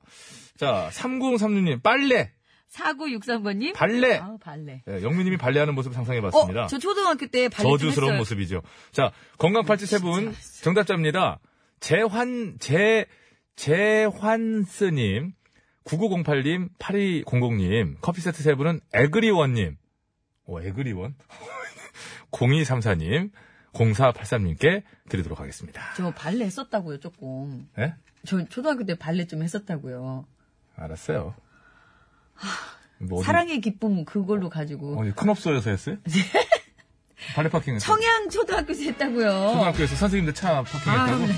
자 3036님 빨래
4963번님?
발레.
아, 발레.
예, 영민님이 발레하는 모습 상상해봤습니다.
어, 저 초등학교 때 발레 좀
저주스러운
했어요.
모습이죠. 자, 건강 팔찌 세 분 정답자입니다. 재환 재 재환스님, 9908님, 8200님, 커피 세트 세 분은 에그리원님, 오 에그리원, 0234님, 0483님께 드리도록 하겠습니다.
저 발레 했었다고요, 조금.
예?
저 초등학교 때 발레 좀 했었다고요.
알았어요. 뭐 어디-
아, 사랑의 기쁨 그걸로 가지고.
어디 큰업소에서 했어요? 발레 파킹 했어요.
네. 청양 초등학교에서 했다고요.
초등학교에서 선생님들 차
아,
파킹했다고?
나 정말.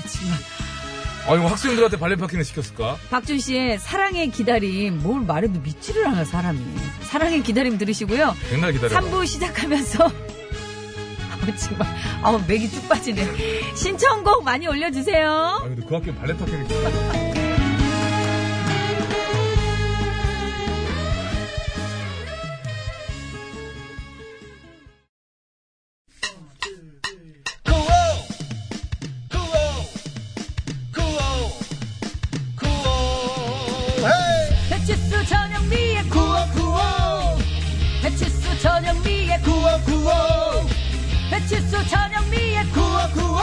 아니, 학생들한테 발레 파킹을 시켰을까?
박준 씨의 사랑의 기다림. 뭘 말해도 믿지를 않아, 사람이. 사랑의 기다림 들으시고요.
백날 기다려.
3부 시작하면서. 아, 정말. 아우, 맥이 쭉 빠지네. 신청곡 많이 올려주세요.
아, 근데 그 학교 발레 파킹을 시켰어.
배치수 전영미의 구호 구호. 배치수 전영미의 구호 구호. 배치수 전영미의 구호 구호.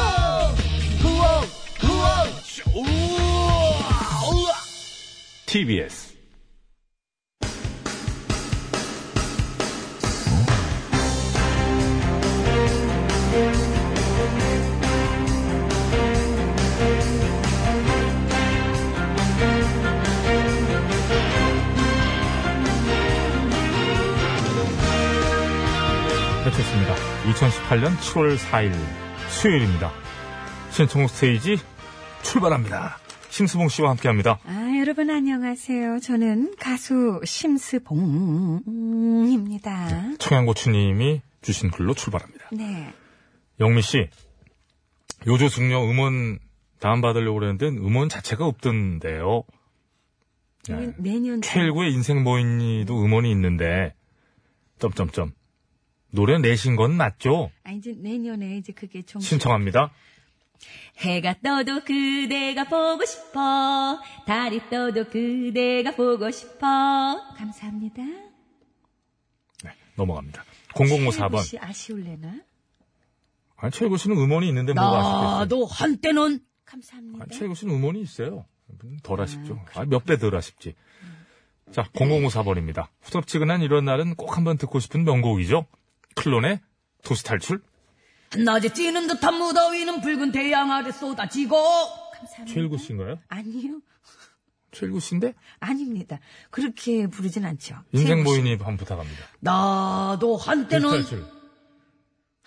TBS. 해쳤습니다. 2018년 7월 4일 수요일입니다. 신청곡 스테이지 출발합니다. 심수봉 씨와 함께합니다.
아, 여러분 안녕하세요. 저는 가수 심스봉입니다.
청양고추님이 주신 글로 출발합니다.
네.
영미 씨, 요조숙녀 음원 다운받으려고 그랬는데 음원 자체가 없던데요.
네. 내년
최일구의 인생 모인이도 음원이 있는데, 점점점. 노래 내신 건 맞죠?
아 이제 내년에 이제 그게 좀
신청합니다.
해가 떠도 그대가 보고 싶어. 달이 떠도 그대가 보고 싶어.
감사합니다.
네, 넘어갑니다. 0054번.
혹시 아쉬울래나?
아니, 최일구 씨는 음원이 있는데 뭐가 아쉽겠어요?
나도 한때는
감사합니다.
아니, 최일구 씨는 음원이 있어요. 덜 아쉽죠.
음,
아, 몇 배 덜 아쉽지. 자, 0054번입니다. 후덥지근한 이런 날은 꼭 한번 듣고 싶은 명곡이죠. 클론의 도시 탈출.
낮에 찌는 듯한 무더위는 붉은 태양 아래 쏟아지고.
감사합니다.
최일구 씨인가요?
아니요.
최일구 씨인데?
아닙니다. 그렇게 부르진 않죠.
인생 뭐
최일구 씨.
모임이 한번 부탁합니다.
나도
도시
한때는
탈출.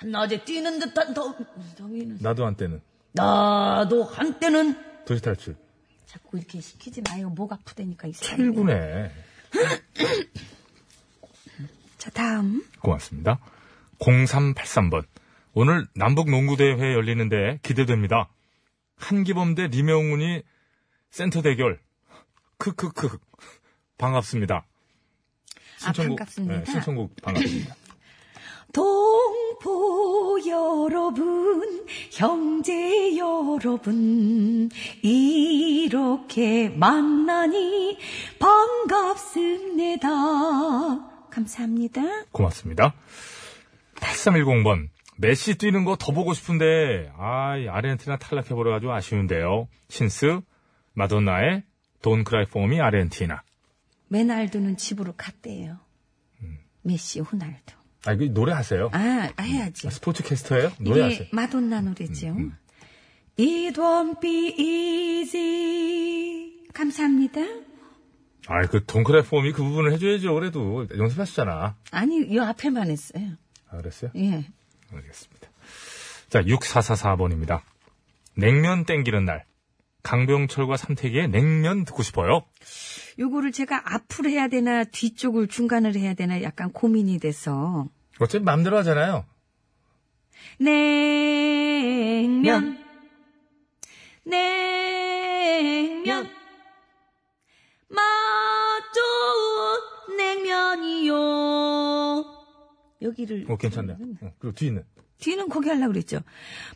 낮에 뛰는 듯한 더, 더위는
나도 한때는.
나도 한때는
도시 탈출.
자꾸 이렇게 시키지 마요. 목 아프다니까 이 사람.
최일구네.
자 다음.
고맙습니다. 0383번. 오늘 남북 농구대회 열리는데 기대됩니다. 한기범 대 리명훈이 센터 대결. 크크크. 반갑습니다.
아, 반갑습니다.
네, 신청곡 반갑습니다.
동포 여러분, 형제 여러분, 이렇게 만나니 반갑습니다. 감사합니다.
고맙습니다. 8310번. 메시 뛰는 거 더 보고 싶은데, 아, 이 아르헨티나 탈락해버려가지고 아쉬운데요. 신스, 마돈나의 돈 크라이 폼이 아르헨티나.
메날도는 집으로 갔대요. 메시, 호날두.
음. 아, 이거 노래하세요?
아, 해야지.
스포츠 캐스터예요? 노래하세요? 음,
이게 마돈나 노래죠. It won't be easy. 감사합니다.
아이, 그, 동크라이 폼이 그 부분을 해줘야죠. 그래도 연습하셨잖아.
아니, 요 앞에만 했어요.
아, 그랬어요?
예.
알겠습니다. 자, 6444번입니다. 냉면 땡기는 날. 강병철과 삼태기의 냉면 듣고 싶어요.
요거를 제가 앞으로 해야 되나 뒤쪽을 중간을 해야 되나 약간 고민이 돼서
어차피 마음대로 하잖아요.
냉면 냉면 맛 좋은 냉면이요 여기를
어, 괜찮네요. 어, 그리고 뒤는.
뒤는 거기 하려고 그랬죠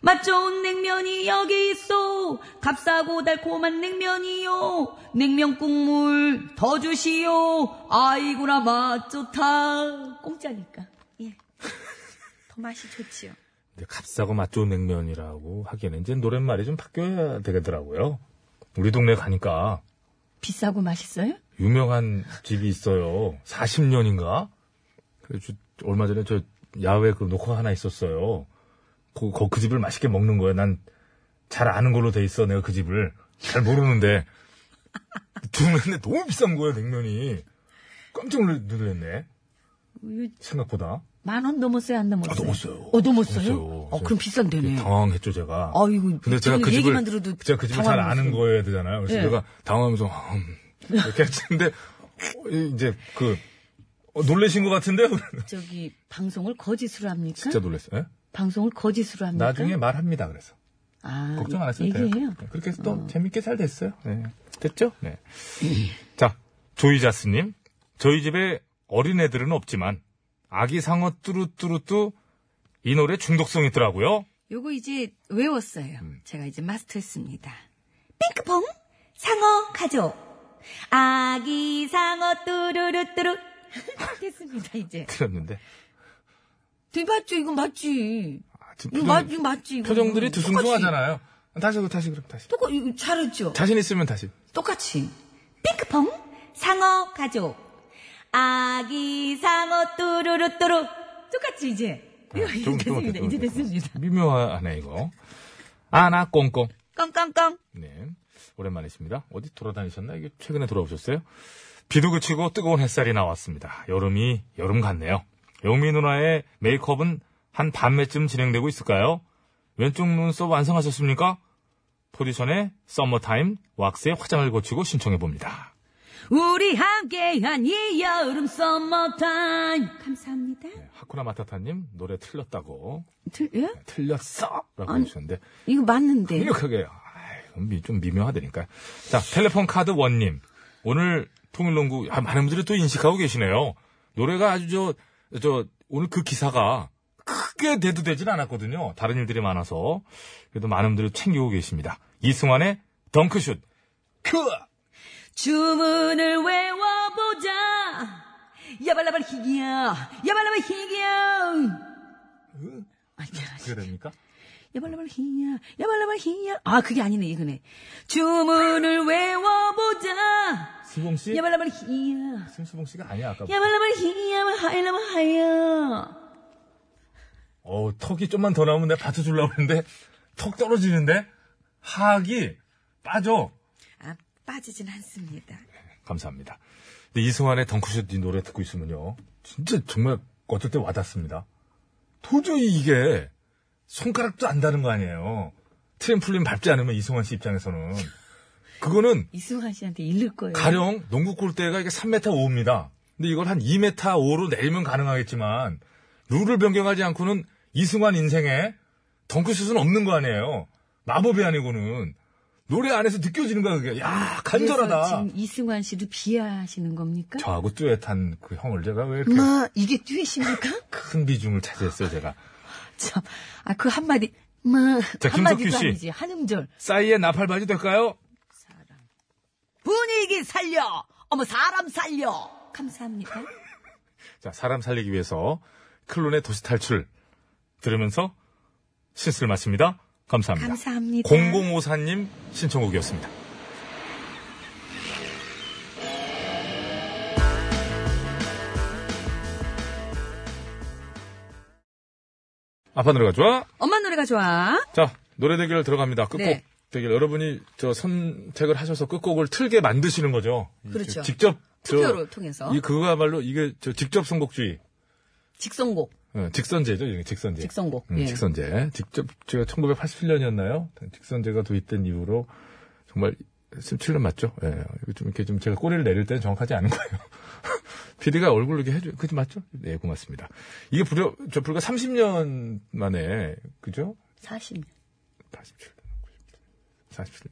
맛 좋은 냉면이 여기 있어 값싸고 달콤한 냉면이요 냉면 국물 더 주시오 아이구나 맛 좋다 공짜니까 예 더 맛이 좋지요
이제 값싸고 맛 좋은 냉면이라고 하기에는 이제 노랫말이 좀 바뀌어야 되더라고요. 우리 동네 가니까
비싸고 맛있어요?
유명한 집이 있어요. 40년인가? 그래서 얼마 전에 저 야외 그 녹화 하나 있었어요. 그, 거- 그 집을 맛있게 먹는 거야. 난 잘 아는 걸로 돼 있어. 내가 그 집을. 잘 모르는데. 주문했는데 너무 비싼 거야, 냉면이. 깜짝 놀- 놀랐네. 생각보다.
만 원 넘었어요, 안 넘었어요?
아, 넘었어요.
어, 넘었어요?
넘었어요.
어, 그럼 비싼데네.
당황했죠, 제가.
아이고, 예.
근데 제가
지금
그 집을,
얘기만 들어도
제가 그 집을 잘 아는
당황했어요.
거여야 되잖아요. 그래서
예.
제가 당황하면서, 음, 이렇게 했는데, 어, 이제 그, 어, 놀라신 것 같은데요?
저기, 방송을 거짓으로 합니까?
진짜 놀랐어요. 예?
방송을 거짓으로 합니까?
나중에 말합니다. 그래서
아,
걱정 안 하셔도 돼요.
그러니까. 얘기해요. 어.
네, 그렇게 해서 또 재밌게 잘 됐어요. 네. 됐죠? 네. 자, 조이자스님, 저희 집에 어린 애들은 없지만 아기 상어 뚜루뚜루뚜 이 노래 중독성 있더라고요.
요거 이제 외웠어요.
음.
제가 이제 마스터했습니다. 핑크퐁, 상어 가족. 아기 상어 뚜루루뚜루. 됐습니다, 이제.
들었는데
네, 맞죠? 이거 맞지.
아, 지금
이거 뭐 맞지, 맞지. 이거.
표정들이 두숭숭하잖아요. 다시 그 다시 그럼 다시
똑같이, 똑같- 이거 잘했죠?
자신 있으면 다시
똑같이. 핑크퐁, 상어 가족. 아기 상어 뚜루루 뚜루. 똑같지 이제. 이거 이제
아, 조금 더
됐습니다.
어때요?
예, 이제 됐습니다.
미묘하네 이거. 아나 꽁꽁.
꽁꽁꽁.
네. 오랜만이십니다. 어디 돌아다니셨나? 이게 최근에 돌아오셨어요? 비도 그치고 뜨거운 햇살이 나왔습니다. 여름이 여름 같네요. 용미 누나의 메이크업은 한 반매쯤 진행되고 있을까요? 왼쪽 눈썹 완성하셨습니까? 포지션의 썸머타임 왁스에 화장을 고치고 신청해 봅니다.
우리 함께한 이 여름 썸머타임. 감사합니다.
네, 하쿠나 마타타님 노래 틀렸다고
틀, 예?
틀렸어라고 해주셨는데
이거 맞는데.
강력하게. 아이, 미- 좀 미묘하다니까. 자, 텔레폰 카드 원님. 오늘 통일농구, 아, 많은 분들이 또 인식하고 계시네요. 노래가 아주 저, 저, 오늘 그 기사가 크게 대두되진 않았거든요. 다른 일들이 많아서. 그래도 많은 분들이 챙기고 계십니다. 이승환의 덩크슛. 크!
주문을 외워보자. 야발라발 희귀야. 야발라발 희귀야. 아, 야,
그게 됩니까?
야발라발 희야, 야발라발 희야. 아, 그게 아니네, 이거네. 주문을 외워보자.
수봉 씨?
야발라발 희야,
승수봉 씨가 아니야, 아까.
야발라발 희야, 하이라마 하야.
어 턱이 좀만 더 나오면 내가 받쳐주려고 했는데, 턱 떨어지는데, 하악이 빠져.
아, 빠지진 않습니다.
감사합니다. 근데 이승환의 덩크슛 이 노래 듣고 있으면요. 진짜 정말 어쩔 때 와닿습니다. 도저히 이게 손가락도 안다는 거 아니에요. 트램플린 밟지 않으면 이승환 씨 입장에서는. 그거는
이승환 씨한테 잃을 거예요.
가령 농구 골대가 이게 3m 5입니다. 근데 이걸 한 2m 5로 내리면 가능하겠지만 룰을 변경하지 않고는 이승환 인생에 덩크슛은 없는 거 아니에요. 마법이 아니고는 노래 안에서 느껴지는 거야 그게. 야
그래서
간절하다.
지금 이승환 씨를 비하하시는 겁니까?
저하고 듀엣한 그 형을 제가 왜 이렇게
마, 이게 듀엣입니까?
큰 비중을 차지했어요, 제가.
참, 아, 그 한마디, 마,
자, 김석규
한마디도
씨.
아니지. 한 음절.
싸이의 나팔바지 될까요?
분위기 살려! 어머, 사람 살려! 감사합니다.
자, 사람 살리기 위해서 클론의 도시 탈출 들으면서 신스를 마칩니다. 감사합니다.
감사합니다.
0054님 신청곡이었습니다. 아빠 노래가 좋아?
엄마 노래가 좋아.
자, 노래 대결 들어갑니다. 끝곡
네.
대결. 여러분이 저 선택을 하셔서 끝곡을 틀게 만드시는 거죠.
그렇죠.
직접 저-
투표를 통해서.
이 그거야말로 이게 저 직접 선곡주의.
직선곡,
어, 직선제죠, 이게 직선제.
직선곡.
음,
예.
직선제. 직접 제가 1987년이었나요? 직선제가 도입된 이후로 정말 17년 맞죠? 예. 이거 좀 이렇게 좀 제가 꼬리를 내릴 때는 정확하지 않은 거예요. PD가 얼굴로 이렇게 해줘. 그지 맞죠? 네, 고맙습니다. 이게 불과, 저 불과 30년 만에 그죠?
40년.
47. 47.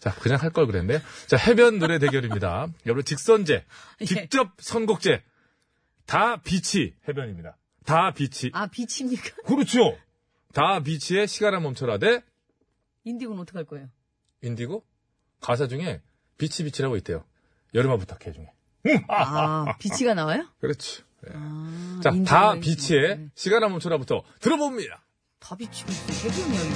자, 그냥 할 걸 그랬네요. 자, 해변 노래 대결입니다. 여러분, 직선제,
예.
직접 선곡제, 다 비치 해변입니다. 다 비치.
아, 비치입니까?
그렇죠! 다 비치의 시간아 멈춰라 대
인디고는 어떡할 거예요?
인디고? 가사 중에 비치 비치라고 있대요. 여름아 부탁해 중에.
아, 비치가 나와요?
그렇지. 예.
아,
자,
인디고는 네.
다
있구나.
비치의 시간아 멈춰라부터 들어봅니다.
다 비치고 있어. 해변이 여기.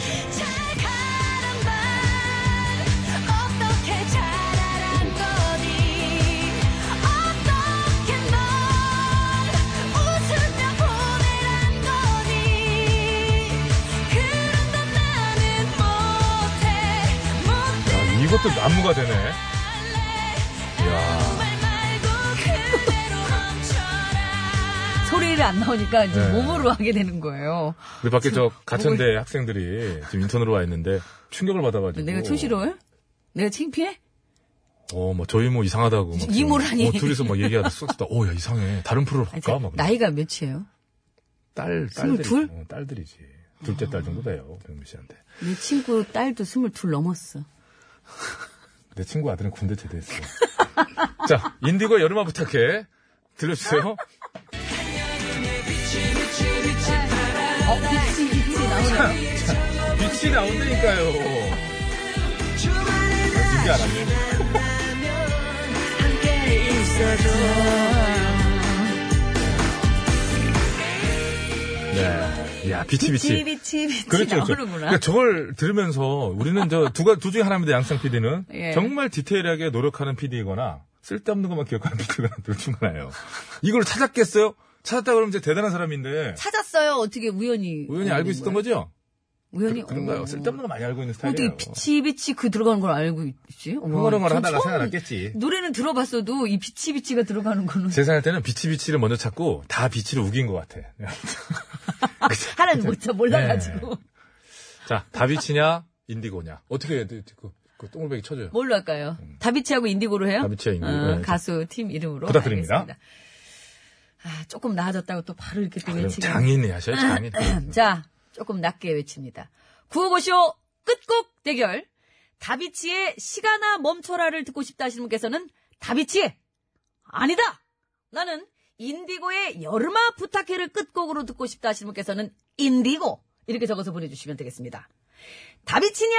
어떻게 잘하란 거니 어떻게 널 웃으며 보내란 거니 그런데 나는 못해 못
야, 이것도 나무가 되네.
아, 네.
들을래
이야.
말 말고 그대로 멈춰라
소리를 안 나오니까 이제
네.
몸으로 하게 되는 거예요.
우리 밖에 저 가천대 학생들이 지금 인턴으로 와 있는데 충격을 받아가지고.
내가 초시로워요? 내가 창피해?
어, 뭐 저희 뭐 이상하다고. 막
이- 이모라니.
어, 둘이서 막 얘기하다 쑥다 어, 야 이상해. 다른 프로
아니,
할까? 막.
나이가 몇이에요?
딸, 딸들이.
스물둘?
어, 딸들이지. 둘째 딸 정도 돼요. 경미 씨한테.
내 친구 딸도 22 넘었어.
내 친구 아들은 군대 제대했어. 자, 인디고 여름아 부탁해. 들려주세요.
어, 비치, 비치 나오네.
빛이 나온다니까요. 이게 안 왔네. 네. 야, 비치,
비치,
비치.
비치, 비치
그렇죠. 그렇죠.
나오는구나.
그러니까 저걸 들으면서 우리는 저 두가 두 중에 하나입니다. 양상 PD는
예.
정말 디테일하게 노력하는 PD이거나 쓸데없는 것만 기억하는 비트가 둘중 하나예요. 이걸 찾았겠어요? 찾았다 그러면 이제 대단한 사람인데
찾았어요. 어떻게 우연히.
우연히
알게
알고
된
있었던
거예요?
거죠?
우연히.
그, 런가요
어.
쓸데없는 거 많이 알고 있는 스타일이에요.
어떻게 비치비치 그 들어가는 걸 알고 있지?
흥얼흥얼
전
하다가
처음
생각났겠지.
노래는 들어봤어도 이 비치비치가 들어가는 거는.
제 생각 때는 비치비치를 먼저 찾고 다 비치를 우긴 것 같아.
하나는 못 참,
네.
몰라가지고.
자, 다비치냐, 인디고냐. 어떻게 해야 돼? 그, 그 똥물배기 쳐줘요.
뭘로 할까요? 다비치하고 인디고로 해요?
음. 다비치와 인디고.
어,
네.
가수 팀 이름으로.
부탁드립니다.
알겠습니다. 아, 조금 나아졌다고 또 바로 이렇게 또
그럼
외치기.
장인이 하셔요, 장인.
자, 조금 낮게 외칩니다. 구호고쇼 끝곡 대결. 다비치의 시간아 멈춰라를 듣고 싶다 하시는 분께서는 다비치 아니다. 나는 인디고의 여름아 부탁해를 끝곡으로 듣고 싶다 하시는 분께서는 인디고 이렇게 적어서 보내주시면 되겠습니다. 다비치냐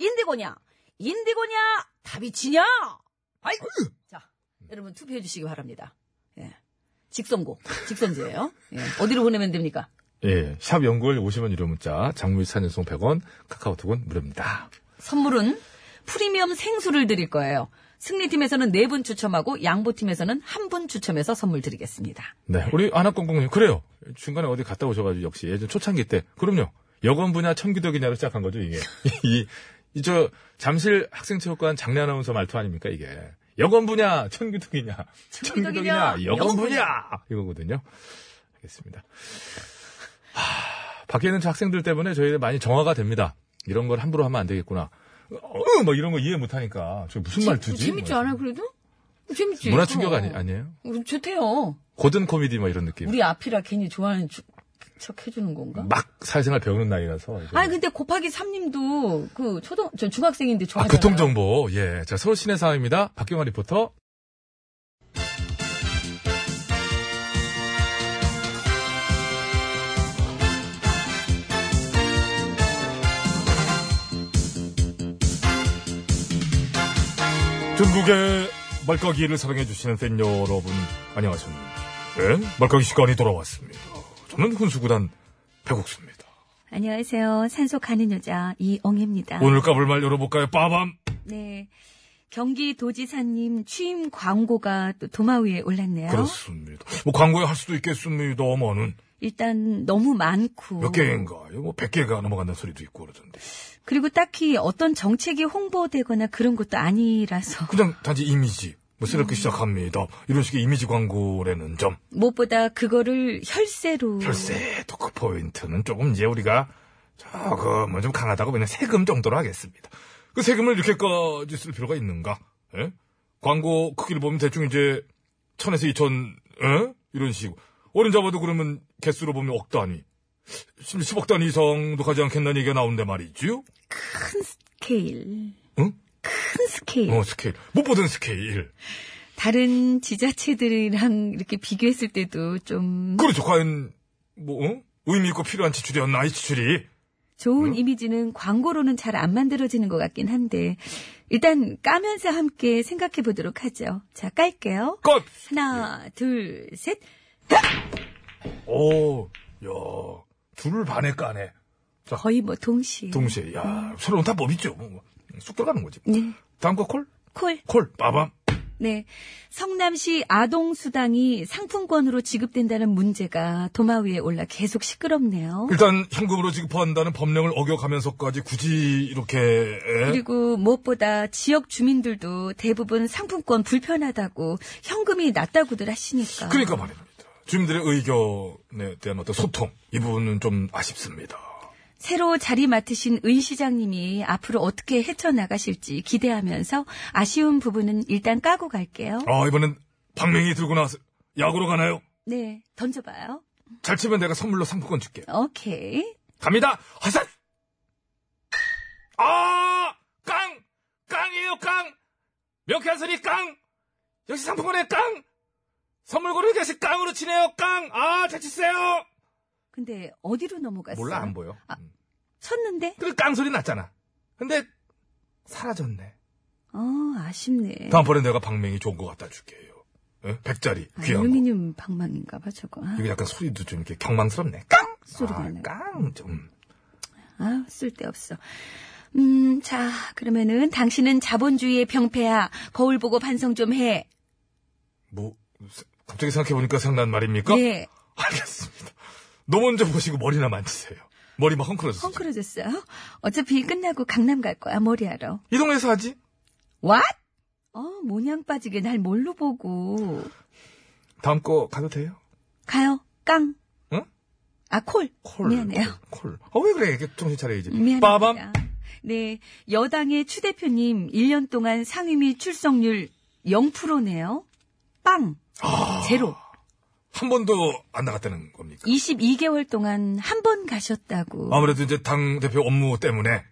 인디고냐 인디고냐 다비치냐 아이 자 여러분 투표해 주시기 바랍니다. 예. 직선고 직선제예요. 예. 어디로 보내면 됩니까?
예, 샵 연구월 50원 유료 문자, 장미 산연송 100원, 카카오톡은 무료입니다.
선물은 프리미엄 생수를 드릴 거예요. 승리팀에서는 네 분 추첨하고 양보팀에서는 한 분 추첨해서 선물 드리겠습니다.
네, 우리 아나공공님 그래요. 중간에 어디 갔다 오셔가지고 역시 예전 초창기 때, 그럼요. 여건 분야 천기도 기냐로 시작한 거죠 이게. 이, 이, 저 잠실 학생체육관 장례 아나운서 말투 아닙니까 이게. 여건 분야 천기도 기냐,
천기도
천기도
기냐,
기냐,
여건
여건 분야 이거거든요. 알겠습니다. 하, 밖에 있는 저 학생들 때문에 저희 많이 정화가 됩니다. 이런 걸 함부로 하면 안 되겠구나. 어, 뭐 이런 거 이해 못하니까 저 무슨 말투지?
재밌지
뭐.
않아요, 그래도? 재밌지.
문화 충격 아니, 아니에요?
어, 좋대요.
고든 코미디 뭐 이런 느낌.
우리 앞이라 괜히 좋아하는 주- 척 해주는 건가?
막 사회생활 배우는 나이라서. 이제.
아니, 근데 곱하기 3님도 그 초등, 저 중학생인데
아,
좋아하잖아요.
교통정보. 예. 자, 서울 시내 상황입니다. 박경화 리포터. 중국의 말까기를 사랑해주시는 팬 여러분, 안녕하십니까. 예, 말까기 시간이 돌아왔습니다. 저는 훈수구단 배국수입니다.
안녕하세요. 산소 가는 여자 이엉입니다.
오늘 까불 말 열어볼까요? 빠밤!
네. 경기도지사님 취임 광고가 또 도마 위에 올랐네요.
그렇습니다. 뭐 광고에 할 수도 있겠습니다만은
일단 너무 많고
몇 개인가요? 뭐 100개가 넘어간다는 소리도 있고 그러던데.
그리고 딱히 어떤 정책이 홍보되거나 그런 것도 아니라서
그냥 단지 이미지. 뭐
음.
새롭게 시작합니다. 이런 식의 이미지 광고라는 점.
무엇보다 그거를 혈세로
혈세 토크 포인트는 조금 이제 우리가 조금 좀 강하다고 그냥 세금 정도로 하겠습니다. 그 세금을 이렇게까지 쓸 필요가 있는가? 예? 광고 크기를 보면 대충 이제 천에서 이천 예? 이런 식으로. 어린 잡아도 그러면 개수로 보면 억 단위. 심지어 10억 단위 이상도 가지 않겠다는 얘기가 나오는데 말이지요.
큰 스케일
응?
큰 스케일
어, 스케일. 못 보던 스케일.
다른 지자체들이랑 이렇게 비교했을 때도 좀
그렇죠. 과연, 뭐, 어? 의미 있고 필요한 지출이었나, 이 지출이.
좋은 이미지는 광고로는 잘 안 만들어지는 것 같긴 한데 일단 까면서 함께 생각해 보도록 하죠 자 깔게요
컷!
하나 둘셋
오, 야, 둘을 반에 까네.
거의 뭐 동시에
동시에, 야, 새로운 답법 있죠. 뭐, 뭐, 쑥 들어가는 거지.
네.
다음 거 콜?
콜
콜, 빠밤.
네. 성남시 아동수당이 상품권으로 지급된다는 문제가 도마 위에 올라 계속 시끄럽네요.
일단, 현금으로 지급한다는 법령을 어겨가면서까지 굳이 이렇게, 에?
그리고 무엇보다 지역 주민들도 대부분 상품권 불편하다고 현금이 낮다고들 하시니까.
그러니까 말입니다. 주민들의 의견에 대한 어떤 소통, 이 부분은 좀 아쉽습니다.
새로 자리 맡으신 은 시장님이 앞으로 어떻게 헤쳐나가실지 기대하면서 아쉬운 부분은 일단 까고 갈게요.
아, 이번엔 박맹이 들고 나서 야구로 가나요?
네. 던져봐요.
잘 치면 내가 선물로 상품권 줄게.
오케이.
갑니다. 화산. 아, 깡, 깡이에요, 깡. 명쾌한 소리 깡. 역시 상품권에 깡. 선물 고르기 다시 깡으로 치네요, 깡. 아, 잘 치세요.
근데 어디로 넘어갔어요?
몰라, 안 보여.
아. 쳤는데?
그래, 깡 소리 났잖아. 근데, 사라졌네.
어, 아쉽네.
다음번에 내가 방맹이 좋은 거 갖다 줄게요. 예? 백짜리,
아,
귀한 거.
알루미늄 방망인가 봐 저거. 아,
이거 약간 소리도 좀 이렇게 경망스럽네. 깡!
소리가
아,
나요.
깡! 좀.
아, 쓸데없어. 음, 자, 그러면은 당신은 자본주의의 병폐야. 거울 보고 반성 좀 해.
뭐, 세- 갑자기 생각해보니까 생각난 말입니까?
예.
알겠습니다. 너 먼저 보시고 머리나 만지세요. 머리 막 헝클어졌어.
헝클어졌어요. 어차피 끝나고 강남 갈 거야, 머리하러.
이 동네에서 하지?
What? 어, 모냥 빠지게 날 뭘로 보고.
다음 거 가도 돼요?
가요, 깡.
응?
아, 콜.
콜.
미안해요.
콜. 콜. 아, 왜 그래? 이게 정신 차려야지.
미안합니다.
빠밤.
네, 여당의 추 대표님 1년 동안 상임위 출석률 0%네요. 빵.
아.
제로.
한 번도 안 나갔다는 겁니까?
22개월 동안 한 번 가셨다고.
아무래도 이제 당대표 업무 때문에.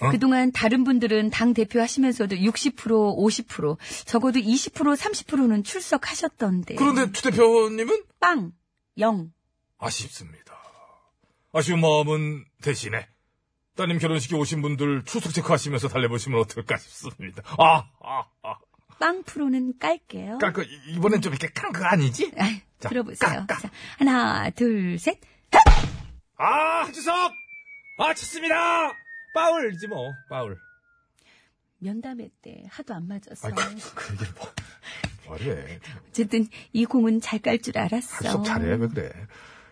어?
그동안 다른 분들은 당 대표 하시면서도 60%, 50%, 적어도 20%, 30%는 출석하셨던데.
그런데 추 대표님은
빵. 0.
아쉽습니다. 아쉬운 마음은 대신에 따님 결혼식에 오신 분들 출석 체크하시면서 달래보시면 어떨까 싶습니다. 아, 아, 아.
빵 프로는 깔게요.
까그 이번엔 좀 이렇게 깐 거 아니지?
아,
자,
들어보세요.
깡, 깡.
자, 하나, 둘, 셋.
아, 한주섭! 아, 쳤습니다! 파울이지 뭐, 파울.
면담회 때 하도 안 맞았어.
아, 그, 그 얘기를 뭐. 말해.
어쨌든 이 공은 잘 깔 줄 알았어.
한주섭 아, 잘해, 왜 그래.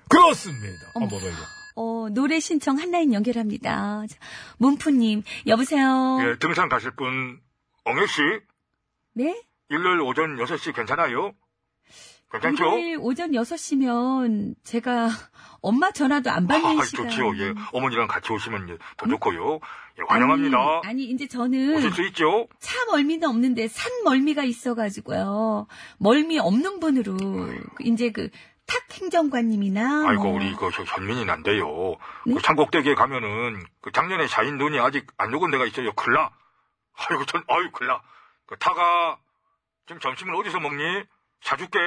그렇습니다. 아,
어머.
뭐가 이거.
어, 노래 신청 한라인 연결합니다. 자, 문프님, 여보세요?
예, 등산 가실 분, 엉혁씨,
네?
일요일 오전 6시 괜찮아요? 그러니까
금요일 오전 6시면 제가 엄마 전화도 안 받는
아,
시간.
좋지요. 예. 어머니랑 같이 오시면 예, 더 좋고요. 예,
아니,
환영합니다.
음. 아니, 이제 저는
오실 수 있죠?
차 멀미는 없는데 산 멀미가 있어가지고요. 멀미 없는 분으로 그 이제 그 탁 행정관님이나
아이고,
뭐
우리 그 현- 현민이 난데요.
네?
그 창곡대교에 가면은 그 작년에 자인 눈이 아직 안 녹은 데가 있어요. 클라. 아이고, 전, 아유, 클라. 그 타가, 지금 점심은 어디서 먹니? 사줄게.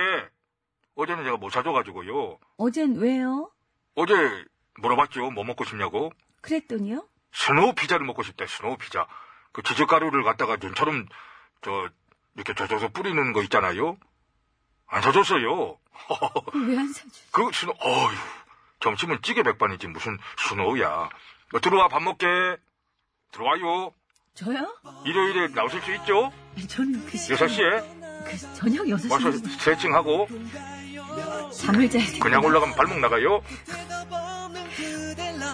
어제는 제가 못 사줘가지고요.
어젠 왜요?
어제 물어봤죠. 뭐 먹고 싶냐고.
그랬더니요.
스노우 피자를 먹고 싶대, 스노우 피자. 그 치즈가루를 갖다가 눈처럼, 저, 이렇게 젖어서 뿌리는 거 있잖아요? 안 젖었어요.
왜 안 사주?
그 스노우, 어휴. 점심은 찌개 백반이지, 무슨 스노우야. 너 들어와, 밥 먹게. 들어와요.
저요?
일요일에 나오실 수 있죠?
저는 그 시간
여섯 시에
그 저녁
와서
6시
스트레칭하고,
잠을 자야 돼.
그냥 올라가면 발목 나가요.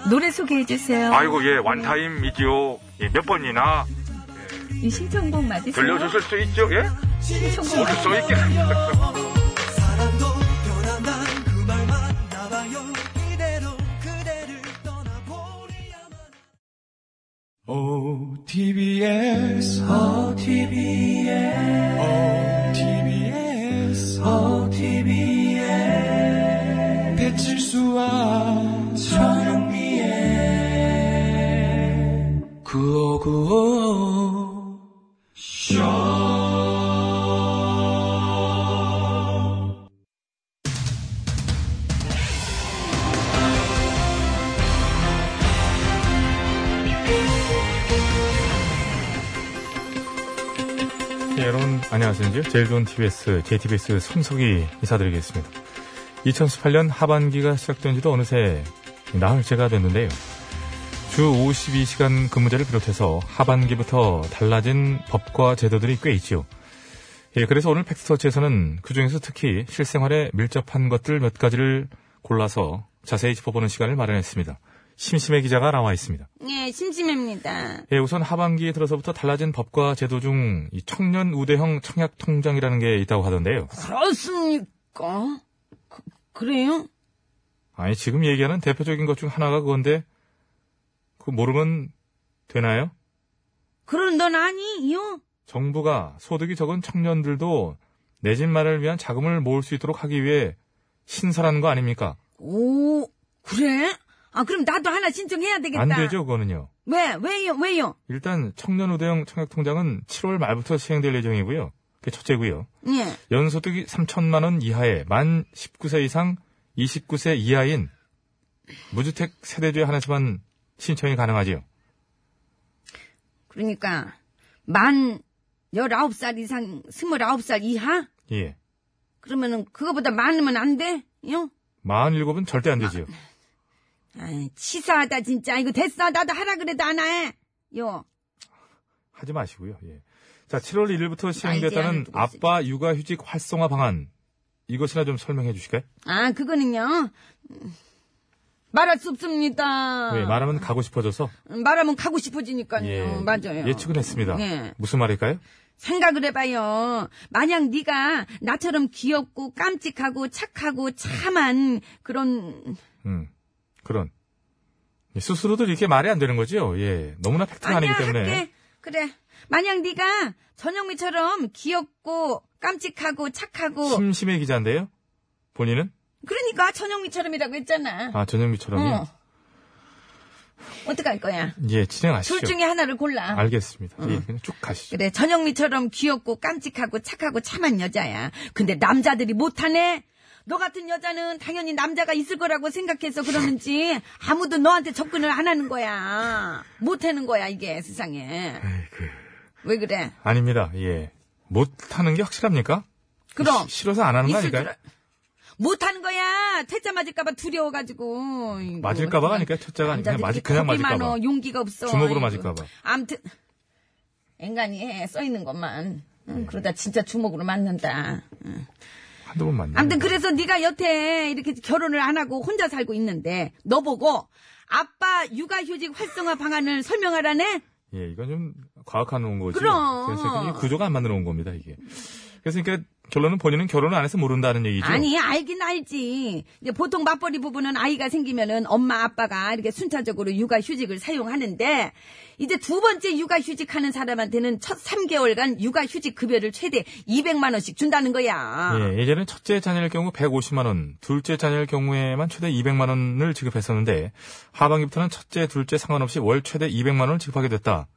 노래 소개해 주세요.
아이고, 예, 완타임이지요. 예, 몇 번이나
이 신청곡 맞으세요?
들려주실 수 있죠? 예?
신청곡
어디 써있게.
사람도 변한단 그 말만 나봐요 이대로 그대를 떠나보리야만 OTBS OTBS OTBS OTBS 배칠수와 전영미의 9595
예, 여러분 안녕하세요. 제일 좋은 TBS, JTBS 손석희 인사드리겠습니다. 2018년 하반기가 시작된 지도 어느새 나흘째가 됐는데요. 주 52시간 근무제를 비롯해서 하반기부터 달라진 법과 제도들이 꽤 있죠. 예, 그래서 오늘 팩스터치에서는 그중에서 특히 실생활에 밀접한 것들 몇 가지를 골라서 자세히 짚어보는 시간을 마련했습니다. 심심해 기자가 나와 있습니다.
예, 심심합니다.
예, 우선 하반기에 들어서부터 달라진 법과 제도 중 이 청년 우대형 청약 통장이라는 게 있다고 하던데요.
그렇습니까? 그, 래요
아니 지금 얘기하는 대표적인 것 중 하나가 그건데 그 모르면 되나요?
그런 넌 아니요?
정부가 소득이 적은 청년들도 내 집 마련을 위한 자금을 모을 수 있도록 하기 위해 신설하는 거 아닙니까?
오, 그래? 아, 그럼 나도 하나 신청해야 되겠다.
안 되죠, 그거는요.
왜, 왜요, 왜요?
일단 청년 우대형 청약 통장은 7월 말부터 시행될 예정이고요. 그게 첫째고요.
예.
연소득이 3천만 원 이하에 만 19세 이상 29세 이하인 무주택 세대주에 한해서만 신청이 가능하지요.
그러니까, 만 19살 이상, 29살 이하?
예.
그러면은, 그거보다 많으면 안 돼? 요?
47은 절대 안 되지요.
아이, 치사하다, 진짜. 이거 됐어. 나도 하라 그래도 안 해. 요.
하지 마시고요. 예. 자, 7월 1일부터 시행됐다는
아이디어는 누구 쓰지?
아빠 육아휴직 활성화 방안. 이것이나 좀 설명해 주실까요?
아, 그거는요. 음, 말할 수 없습니다.
네, 말하면 가고 싶어져서 예.
음, 말하면 가고 싶어지니까요. 아. 맞아요.
예측은 했습니다.
예.
무슨 말일까요?
생각을 해봐요. 만약 네가 나처럼 귀엽고 깜찍하고 착하고 참한 그런
음, 그런. 예, 스스로도 이렇게 말이 안 되는 거죠? 예. 너무나 팩트가 아니기
아니야
때문에.
할게 그래. 만약 네가 전영미처럼 귀엽고 깜찍하고 착하고
심심해 기자인데요? 본인은?
그러니까 전영미처럼이라고 했잖아.
아, 전현미처럼요?
어. 어떡할 거야?
예, 진행하시죠.
둘 중에 하나를 골라.
알겠습니다. 예, 그냥 쭉 가시죠.
그래, 전영미처럼 귀엽고 깜찍하고 착하고 참한 여자야. 근데 남자들이 못하네? 너 같은 여자는 당연히 남자가 있을 거라고 생각해서 그러는지 아무도 너한테 접근을 안 하는 거야. 못하는 거야, 이게 세상에.
아이고.
왜 그래?
아닙니다. 예. 못하는 게 확실합니까?
그럼.
시- 싫어서 안 하는 거
있을
아닐까요?
줄 알- 못하는 거야. 퇴짜 맞을까봐 두려워가지고. 아이고,
맞을까봐
그냥
아닐까요? 퇴짜가 아니라 그냥
남자들이
맞을- 그냥
겁이
맞을까봐.
많어. 용기가 없어.
주먹으로
아이고.
맞을까봐.
암튼 앵간히 해. 써 있는 것만. 응,
네.
그러다 진짜 주먹으로 맞는다.
한두 번 맞네.
아무튼 그래서 네가 여태 이렇게 결혼을 안 하고 혼자 살고 있는데 너 보고 아빠 육아휴직 활성화 방안을 설명하라네.
예, 이건 좀 과학한 온 거지.
그럼.
그래서 이게 구조가 안 만들어 온 겁니다, 이게. 그래서 그러니까 결론은 본인은 결혼을 안 해서 모른다는 얘기죠.
아니 알긴 알지. 이제 보통 맞벌이 부부는 아이가 생기면은 엄마 아빠가 이렇게 순차적으로 육아휴직을 사용하는데 이제 두 번째 육아휴직하는 사람한테는 첫 3개월간 육아휴직 급여를 최대 200만 원씩 준다는 거야.
예, 예전에 첫째 자녀일 경우 150만 원, 둘째 자녀일 경우에만 최대 200만 원을 지급했었는데 하반기부터는 첫째, 둘째 상관없이 월 최대 200만 원을 지급하게 됐다.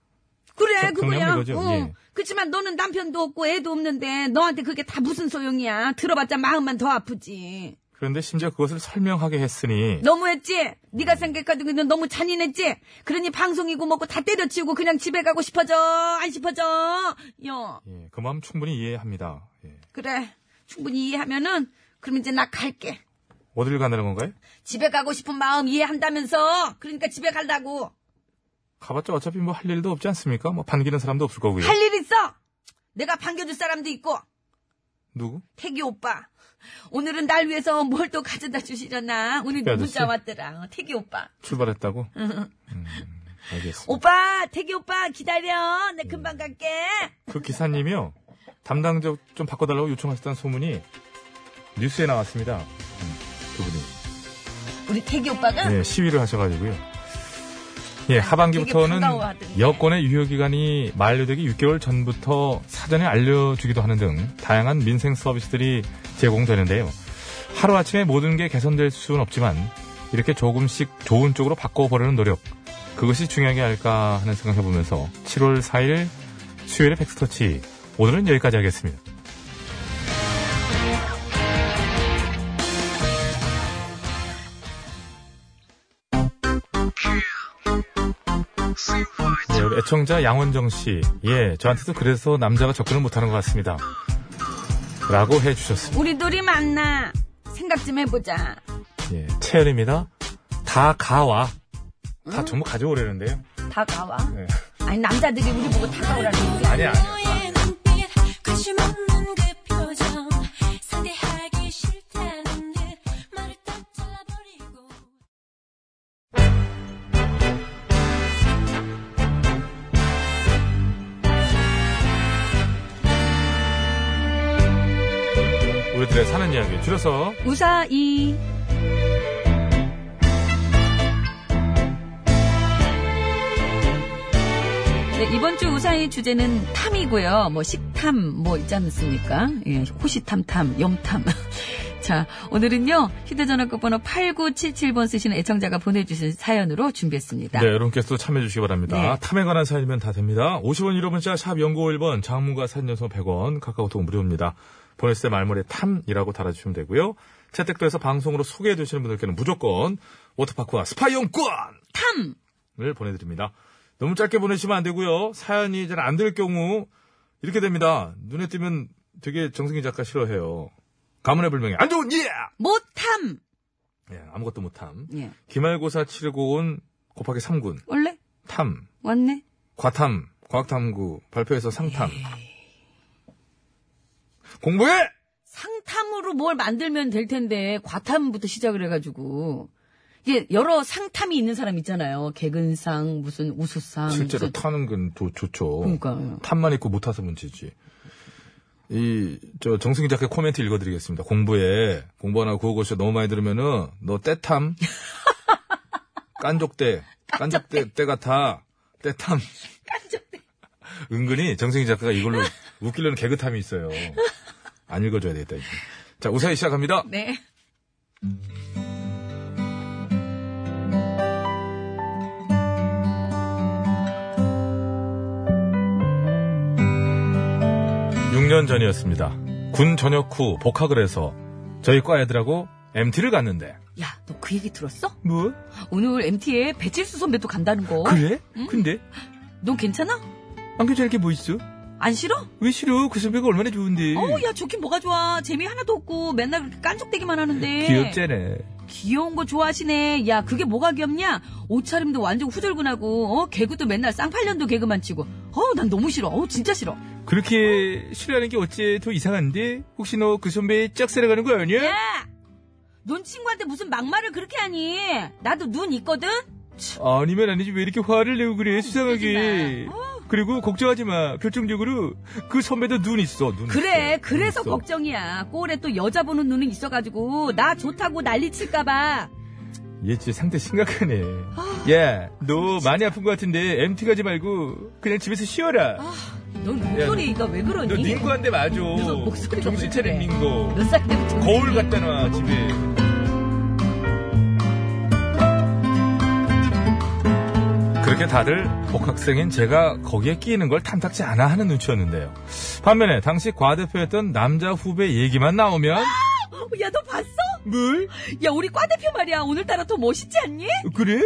그래
경-
그거야.
경력인 거죠?
어.
예.
그렇지만 너는 남편도 없고 애도 없는데 너한테 그게 다 무슨 소용이야. 들어봤자 마음만 더 아프지.
그런데 심지어 그것을 설명하게 했으니
너무했지? 네가 생각하기는 너무 잔인했지? 그러니 방송이고 뭐고 다 때려치우고 그냥 집에 가고 싶어져? 안 싶어져? 여,
예, 그 마음 충분히 이해합니다. 예.
그래. 충분히 이해하면은, 그럼 이제 나 갈게.
어디를 가는 건가요?
집에 가고 싶은 마음 이해한다면서? 그러니까 집에 갈라고.
가봤자 어차피 뭐 할 일도 없지 않습니까? 뭐 반기는 사람도 없을 거고요.
할 일 있어! 내가 반겨줄 사람도 있고,
누구?
태기 오빠. 오늘은 날 위해서 뭘 또 가져다 주시려나? 오늘
태기
문자
아저씨?
왔더라. 어, 태기 오빠.
출발했다고? 음, 어? 알겠습니다.
오빠, 태기 오빠 기다려. 내 금방 갈게.
그 기사님이요 담당자 좀 바꿔달라고 요청하셨다는 소문이 뉴스에 나왔습니다. 음, 그분이.
우리 태기 오빠가?
네, 시위를 하셔가지고요. 예, 하반기부터는
되게 반가워하던데.
여권의 유효기간이 만료되기 6개월 전부터 사전에 알려주기도 하는 등 다양한 민생 서비스들이 제공되는데요. 하루아침에 모든 게 개선될 수는 없지만 이렇게 조금씩 좋은 쪽으로 바꿔보려는 노력. 그것이 중요하게 할까 하는 생각해 보면서 7월 4일 수요일의 팩스터치. 오늘은 여기까지 하겠습니다. 네, 우리 애청자 양원정 씨. 예, 저한테도 그래서 남자가 접근을 못하는 것 같습니다. 라고 해 주셨습니다.
우리 둘이 만나. 생각 좀 해보자.
예, 채연입니다. 다 가와. 다 전부 가져오려는데요.
다 가와.
네.
아니 남자들이 우리 보고 다가오라는 얘기야.
아니야, 아니야.
너의 눈빛 관심 없는 그 표정 상대하기 싫다는 듯 말을 딱 잘라버리고
우리들의 사는 이야기 줄여서
우사이.
네, 이번 주 우사의 주제는 탐이고요. 뭐 식탐 뭐 있지 않습니까? 예, 호시탐탐, 염탐. 자, 오늘은요. 휴대전화 끝번호 8977번 쓰시는 애청자가 보내주신 사연으로 준비했습니다.
네, 여러분께서도 참여해 주시기 바랍니다.
네.
탐에 관한 사연이면 다 됩니다. 50원 1호 문자 샵 연구 1번 장문과 사연연속 100원 카카오톡 무료입니다. 보냈을 때 말머리에 탐이라고 달아주시면 되고요. 채택돼서 방송으로 소개해 주시는 분들께는 무조건 워터파크와 스파이용권
탐!
을 보내드립니다. 너무 짧게 보내시면 안 되고요. 사연이 잘 안 될 경우 이렇게 됩니다. 눈에 띄면 되게 정승희 작가 싫어해요. 가문의 불명예 안 좋은 예!
뭐 못탐!
예, 아무것도 못함.
예.
기말고사 치르고 온 곱하기 3군
원래?
탐
왔네?
과탐 과학탐구 발표에서 상탐.
예.
공부해!
상탐으로 뭘 만들면 될 텐데 과탐부터 시작을 해가지고 이게 여러 상탐이 있는 사람 있잖아요. 개근상 무슨 우수상
실제로
무슨-
타는 건 도- 좋죠.
아, 그러니까요.
탐만 있고 못 타서 문제지. 이, 저, 정승희 작가 코멘트 읽어드리겠습니다. 공부에, 공부 하나 구호고쇼 너무 많이 들으면은, 너 떼탐. 깐족대. 깐족대, 때 같아. 떼탐. 은근히 정승희 작가가 이걸로 웃기려는 개그탐이 있어요. 안 읽어줘야 되겠다, 이제. 자, 우사히 시작합니다.
네.
육 년 전이었습니다. 군 전역 후 복학을 해서 저희 과 애들하고 MT를 갔는데.
야, 너 그 얘기 들었어?
뭐?
오늘 MT에 배칠수 선배 또 간다는 거.
그래? 근데?
넌 괜찮아?
안 괜찮을 게 뭐 있어?
안 싫어?
왜 싫어? 그 선배가 얼마나 좋은데.
어우, 야, 좋긴 뭐가 좋아. 재미 하나도 없고 맨날 그렇게 깐족대기만 하는데.
귀엽잖아.
귀여운 거 좋아하시네. 야, 그게 뭐가 귀엽냐? 옷차림도 완전 후절근하고, 어, 개그도 맨날 쌍팔년도 개그만 치고. 어우, 난 너무 싫어. 어우, 진짜 싫어.
그렇게 싫어하는 게 어째 더 이상한데? 혹시 너 그 선배 짝사랑하는 거 아니야?
야! 넌 친구한테 무슨 막말을 그렇게 하니? 나도 눈 있거든?
아니면 아니지 왜 이렇게 화를 내고 그래
그러지
수상하게.
어.
그리고 걱정하지 마. 결정적으로 그 선배도 눈 있어. 눈
그래,
있어.
그래서
눈 있어.
걱정이야. 꼴에 또 여자 보는 눈은 있어가지고, 나 좋다고 난리 칠까봐.
얘 진짜 상태 심각하네.
아.
야, 너 많이 아픈 것 같은데 MT 가지 말고 그냥 집에서 쉬어라.
아, 넌 목소리가 왜
너
그러니?
닝고 한대 맞아.
목소리가
정신
왜
차려
그래?
닝고.
몇 살 때부터.
거울 갖다 놔 집에. 그렇게 다들 복학생인 제가 거기에 끼이는 걸 탐탁지 않아 하는 눈치였는데요. 반면에 당시 과대표였던 남자 후배 얘기만 나오면
야, 너 봤어?
뭘?
야, 우리 과대표 말이야. 오늘따라 더 멋있지 않니?
그래?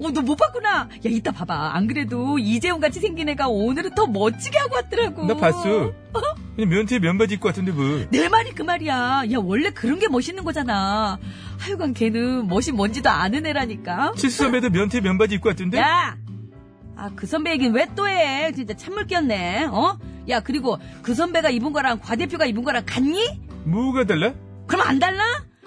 어, 너 못 봤구나. 야, 이따 봐봐. 안 그래도 이재훈 같이 생긴 애가 오늘은 더 멋지게 하고 왔더라고.
나 봤어. 그냥 면티에 면바지 입고 왔던데 뭐.
내 말이 그 말이야. 야, 원래 그런 게 멋있는 거잖아. 하여간 걔는 멋이 뭔지도 아는 애라니까.
칠수 선배도 면티에 면바지 입고 왔던데?
야! 아, 그 선배 얘기는 왜 또 해? 진짜 찬물 꼈네. 어? 야, 그리고 그 선배가 입은 거랑 과대표가 입은 거랑 같니?
뭐가 달라?
그럼 안 달라?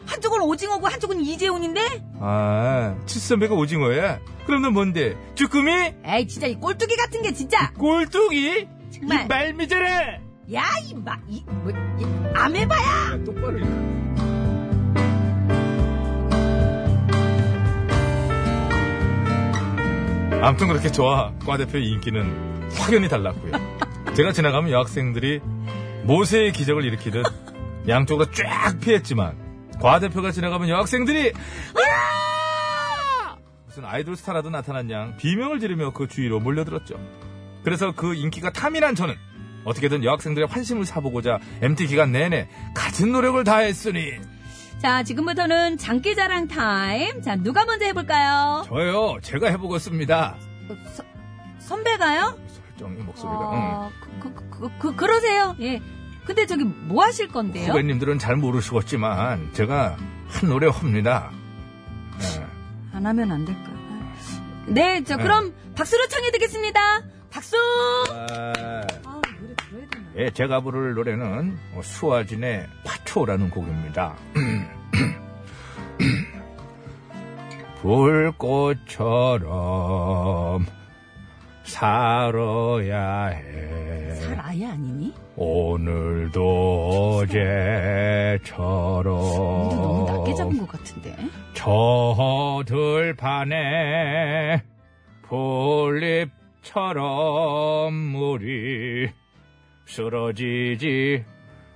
한쪽은 오징어고 한쪽은 이재훈인데?
아, 칠수 선배가 오징어야? 그럼 넌 뭔데? 쭈꾸미?
에이, 진짜 이 꼴뚜기 같은 게 진짜.
꼴뚜기?
정말.
이 말미잘해!
야, 이 마, 이, 뭐, 이, 아메바야!
야, 똑바로 읽어. 아무튼 그렇게 저와 과 대표의 인기는 확연히 달랐고요. 제가 지나가면 여학생들이 모세의 기적을 일으키듯 양쪽으로 쫙 피했지만 과 대표가 지나가면 여학생들이 으아! 무슨 아이돌 스타라도 나타난 양 비명을 지르며 그 주위로 몰려들었죠. 그래서 그 인기가 탐이란 저는 어떻게든 여학생들의 환심을 사보고자 MT 기간 내내 같은 노력을 다했으니
자, 지금부터는 장기자랑 타임. 자, 누가 먼저 해볼까요?
저요 제가 해보겠습니다.
선배가요?
설정이 목소리가 음.
어, 그, 그, 그, 그, 그러세요. 예. 근데 저기 뭐 하실
응.
건데요?
후배님들은 잘 모르시겠지만 제가 한 노래 합니다. 예.
안 하면 안 될까? 아. 네, 저 그럼 박수로 청해드리겠습니다. 박수!
아,
아, 노래 들어야 되나?
예, 제가 부를 노래는 수아진의 파초라는 곡입니다. 불꽃처럼 살아야 해.
잘 아예 아니니?
오늘도 어.
이거 너무 낮게 잡은
어제처럼
것 같은데.
저 들판에 풀잎처럼 우리 쓰러지지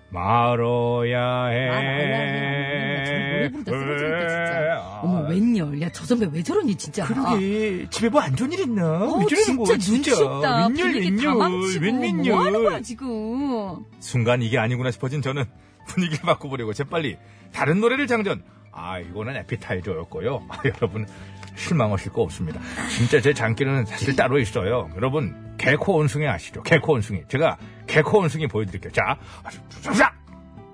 말아야 해.
말아야 해, 말아야 해. 저는 노래 부르다 쓰러지니까 진짜. 어머, 웬열. 야, 저 선배 왜 저러니, 진짜.
아.
아.
그러게 집에 뭐 안 좋은 일 있나?
어,
왜
진짜
저러는 거야,
눈치 없다. 분위기 다 망치고 뭐 하는 거야, 지금.
순간 이게 아니구나 싶어진 저는 분위기를 바꿔보려고 재빨리 다른 노래를 장전. 아 이거는 에피타이저였고요. 아, 여러분 실망하실 거 없습니다. 진짜 제 장기는 사실 따로 있어요. 여러분 개코 원숭이 아시죠? 개코 원숭이 제가 개코 원숭이 보여드릴게요. 자, 자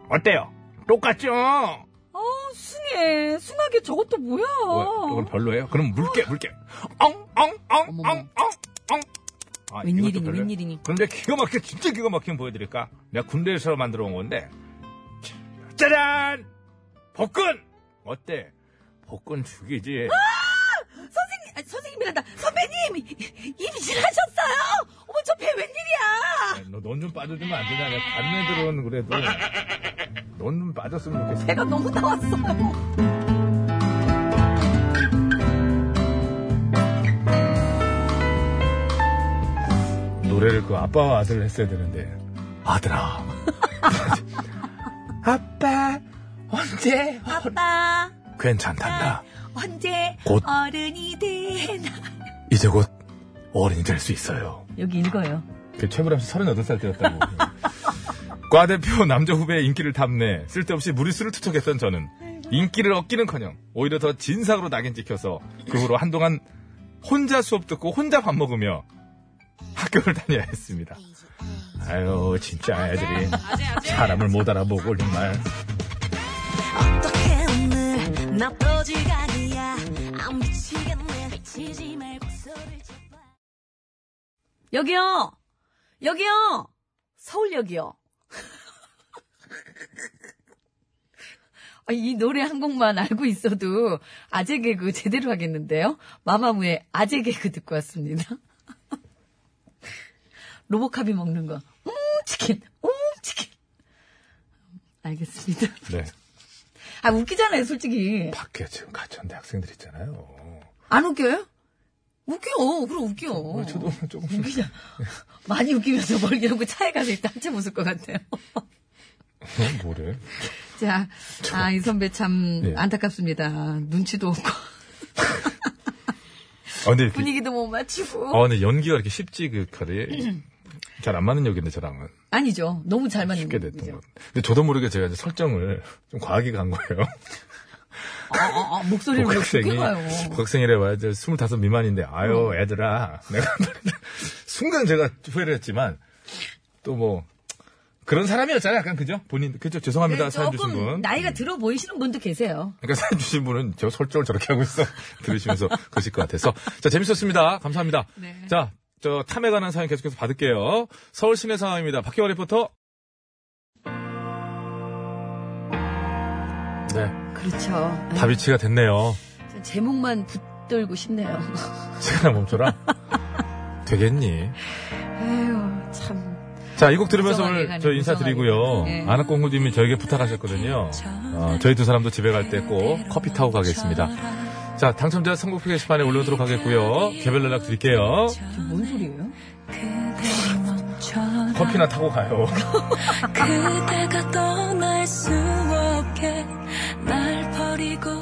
어때요? 똑같죠?
어, 숭해. 숭하게 저것도 뭐야.
뭐, 이건 별로예요? 그럼 물개 물개. 엉엉엉엉엉엉 아,
웬일이니,
이것도 별로야.
웬일이니.
근데 기가 막혀, 진짜 기가 막히면 보여드릴까? 내가 군대에서 만들어 온 건데. 짜잔! 복근! 어때? 복근 죽이지.
선생님, 아니, 선생님이란다. 선배님! 임신하셨어요! 어머, 저 배 웬일이야!
넌 좀 빠져주면 안 되냐? 내가 반에 들어온 그래도. 넌 좀 빠졌으면 좋겠어.
배가 너무 나왔어요.
노래를 그 아빠와 아들 했어야 되는데 아들아 아빠 언제
아빠,
괜찮단다
언제
곧.
어른이 되나?
이제 곧 어른이 될 수 있어요
여기 읽어요.
그 최불암 씨 38살 때였다고 과 대표 남자 후배의 인기를 탐내 쓸데없이 무리수를 투척했던 저는 인기를 얻기는커녕 오히려 더 진상으로 낙인 찍혀서 그 후로 한동안 혼자 수업 듣고 혼자 밥 먹으며 학교를 다녀야 했습니다 아유 진짜 애들이 사람을 못 알아보고 정말
어떡해 오늘 나 떠질간이야 안 미치겠네 미치지 말고 소리를 쳐봐
여기요! 여기요! 서울역이요. 아, 이 노래 한 곡만 알고 있어도 아재 개그 제대로 하겠는데요? 마마무의 아재 개그 듣고 왔습니다. 로보캅이 먹는 거. 음, 치킨. 음, 치킨. 알겠습니다.
네.
아, 웃기잖아요, 솔직히.
밖에 지금 가천대 학생들 있잖아요.
안 웃겨요? 웃겨. 그럼 웃겨.
어, 저도 조금
웃기냐. 많이 웃기면서 멀기하고 차에 가서 일단 한참 웃을 것 같아요.
어, 뭐래?
자, 아, 이 선배 참
예.
안타깝습니다. 눈치도 없고,
아 근데 이렇게-
분위기도 못 맞추고.
아, 근데 연기가 이렇게 쉽지 그 칼이 잘 안 맞는 역인데 저랑은
아니죠. 너무 잘 맞는
쉽게 됐던
분이죠.
것. 같아요. 근데 저도 모르게 제가 이제 설정을 좀 과하게 간 거예요.
아, 아, 아, 목소리를 왜
고학생이
크게 가요? 어.
고학생이래 봐야 돼. 25 미만인데 아유 애들아 내가 순간 제가 후회를 했지만 또 뭐 그런 사람이었잖아요. 약간 그죠? 본인 그죠? 죄송합니다. 사연 주신
네, 조금
분.
나이가 들어 보이시는 분도 계세요.
그러니까 사연 주신 분은 저 설정을 저렇게 하고 있어 들으시면서 그러실 것 같아서 자 재밌었습니다 감사합니다
네.
자 저 탐에 관한 사연 계속해서 받을게요 서울 시내 상황입니다 박경화 리포터 네
그렇죠.
다비치가 됐네요
아유, 제목만 붙들고 싶네요.
시간아 멈춰라 되겠니
아유, 참.
자 이 곡 들으면서
무성하게
오늘
가네,
저 인사드리고요
무성하게. 네.
아나꽁구님이 저에게 부탁하셨거든요 어, 저희 두 사람도 집에 갈 때 꼭 커피 타고 가겠습니다 자 당첨자 선곡표 게시판에 올려놓도록 하겠고요 개별 연락 드릴게요
뭔 소리예요?
그대 멈춰라
커피나 타고 가요
그대가 떠날 수 없게 날 버리고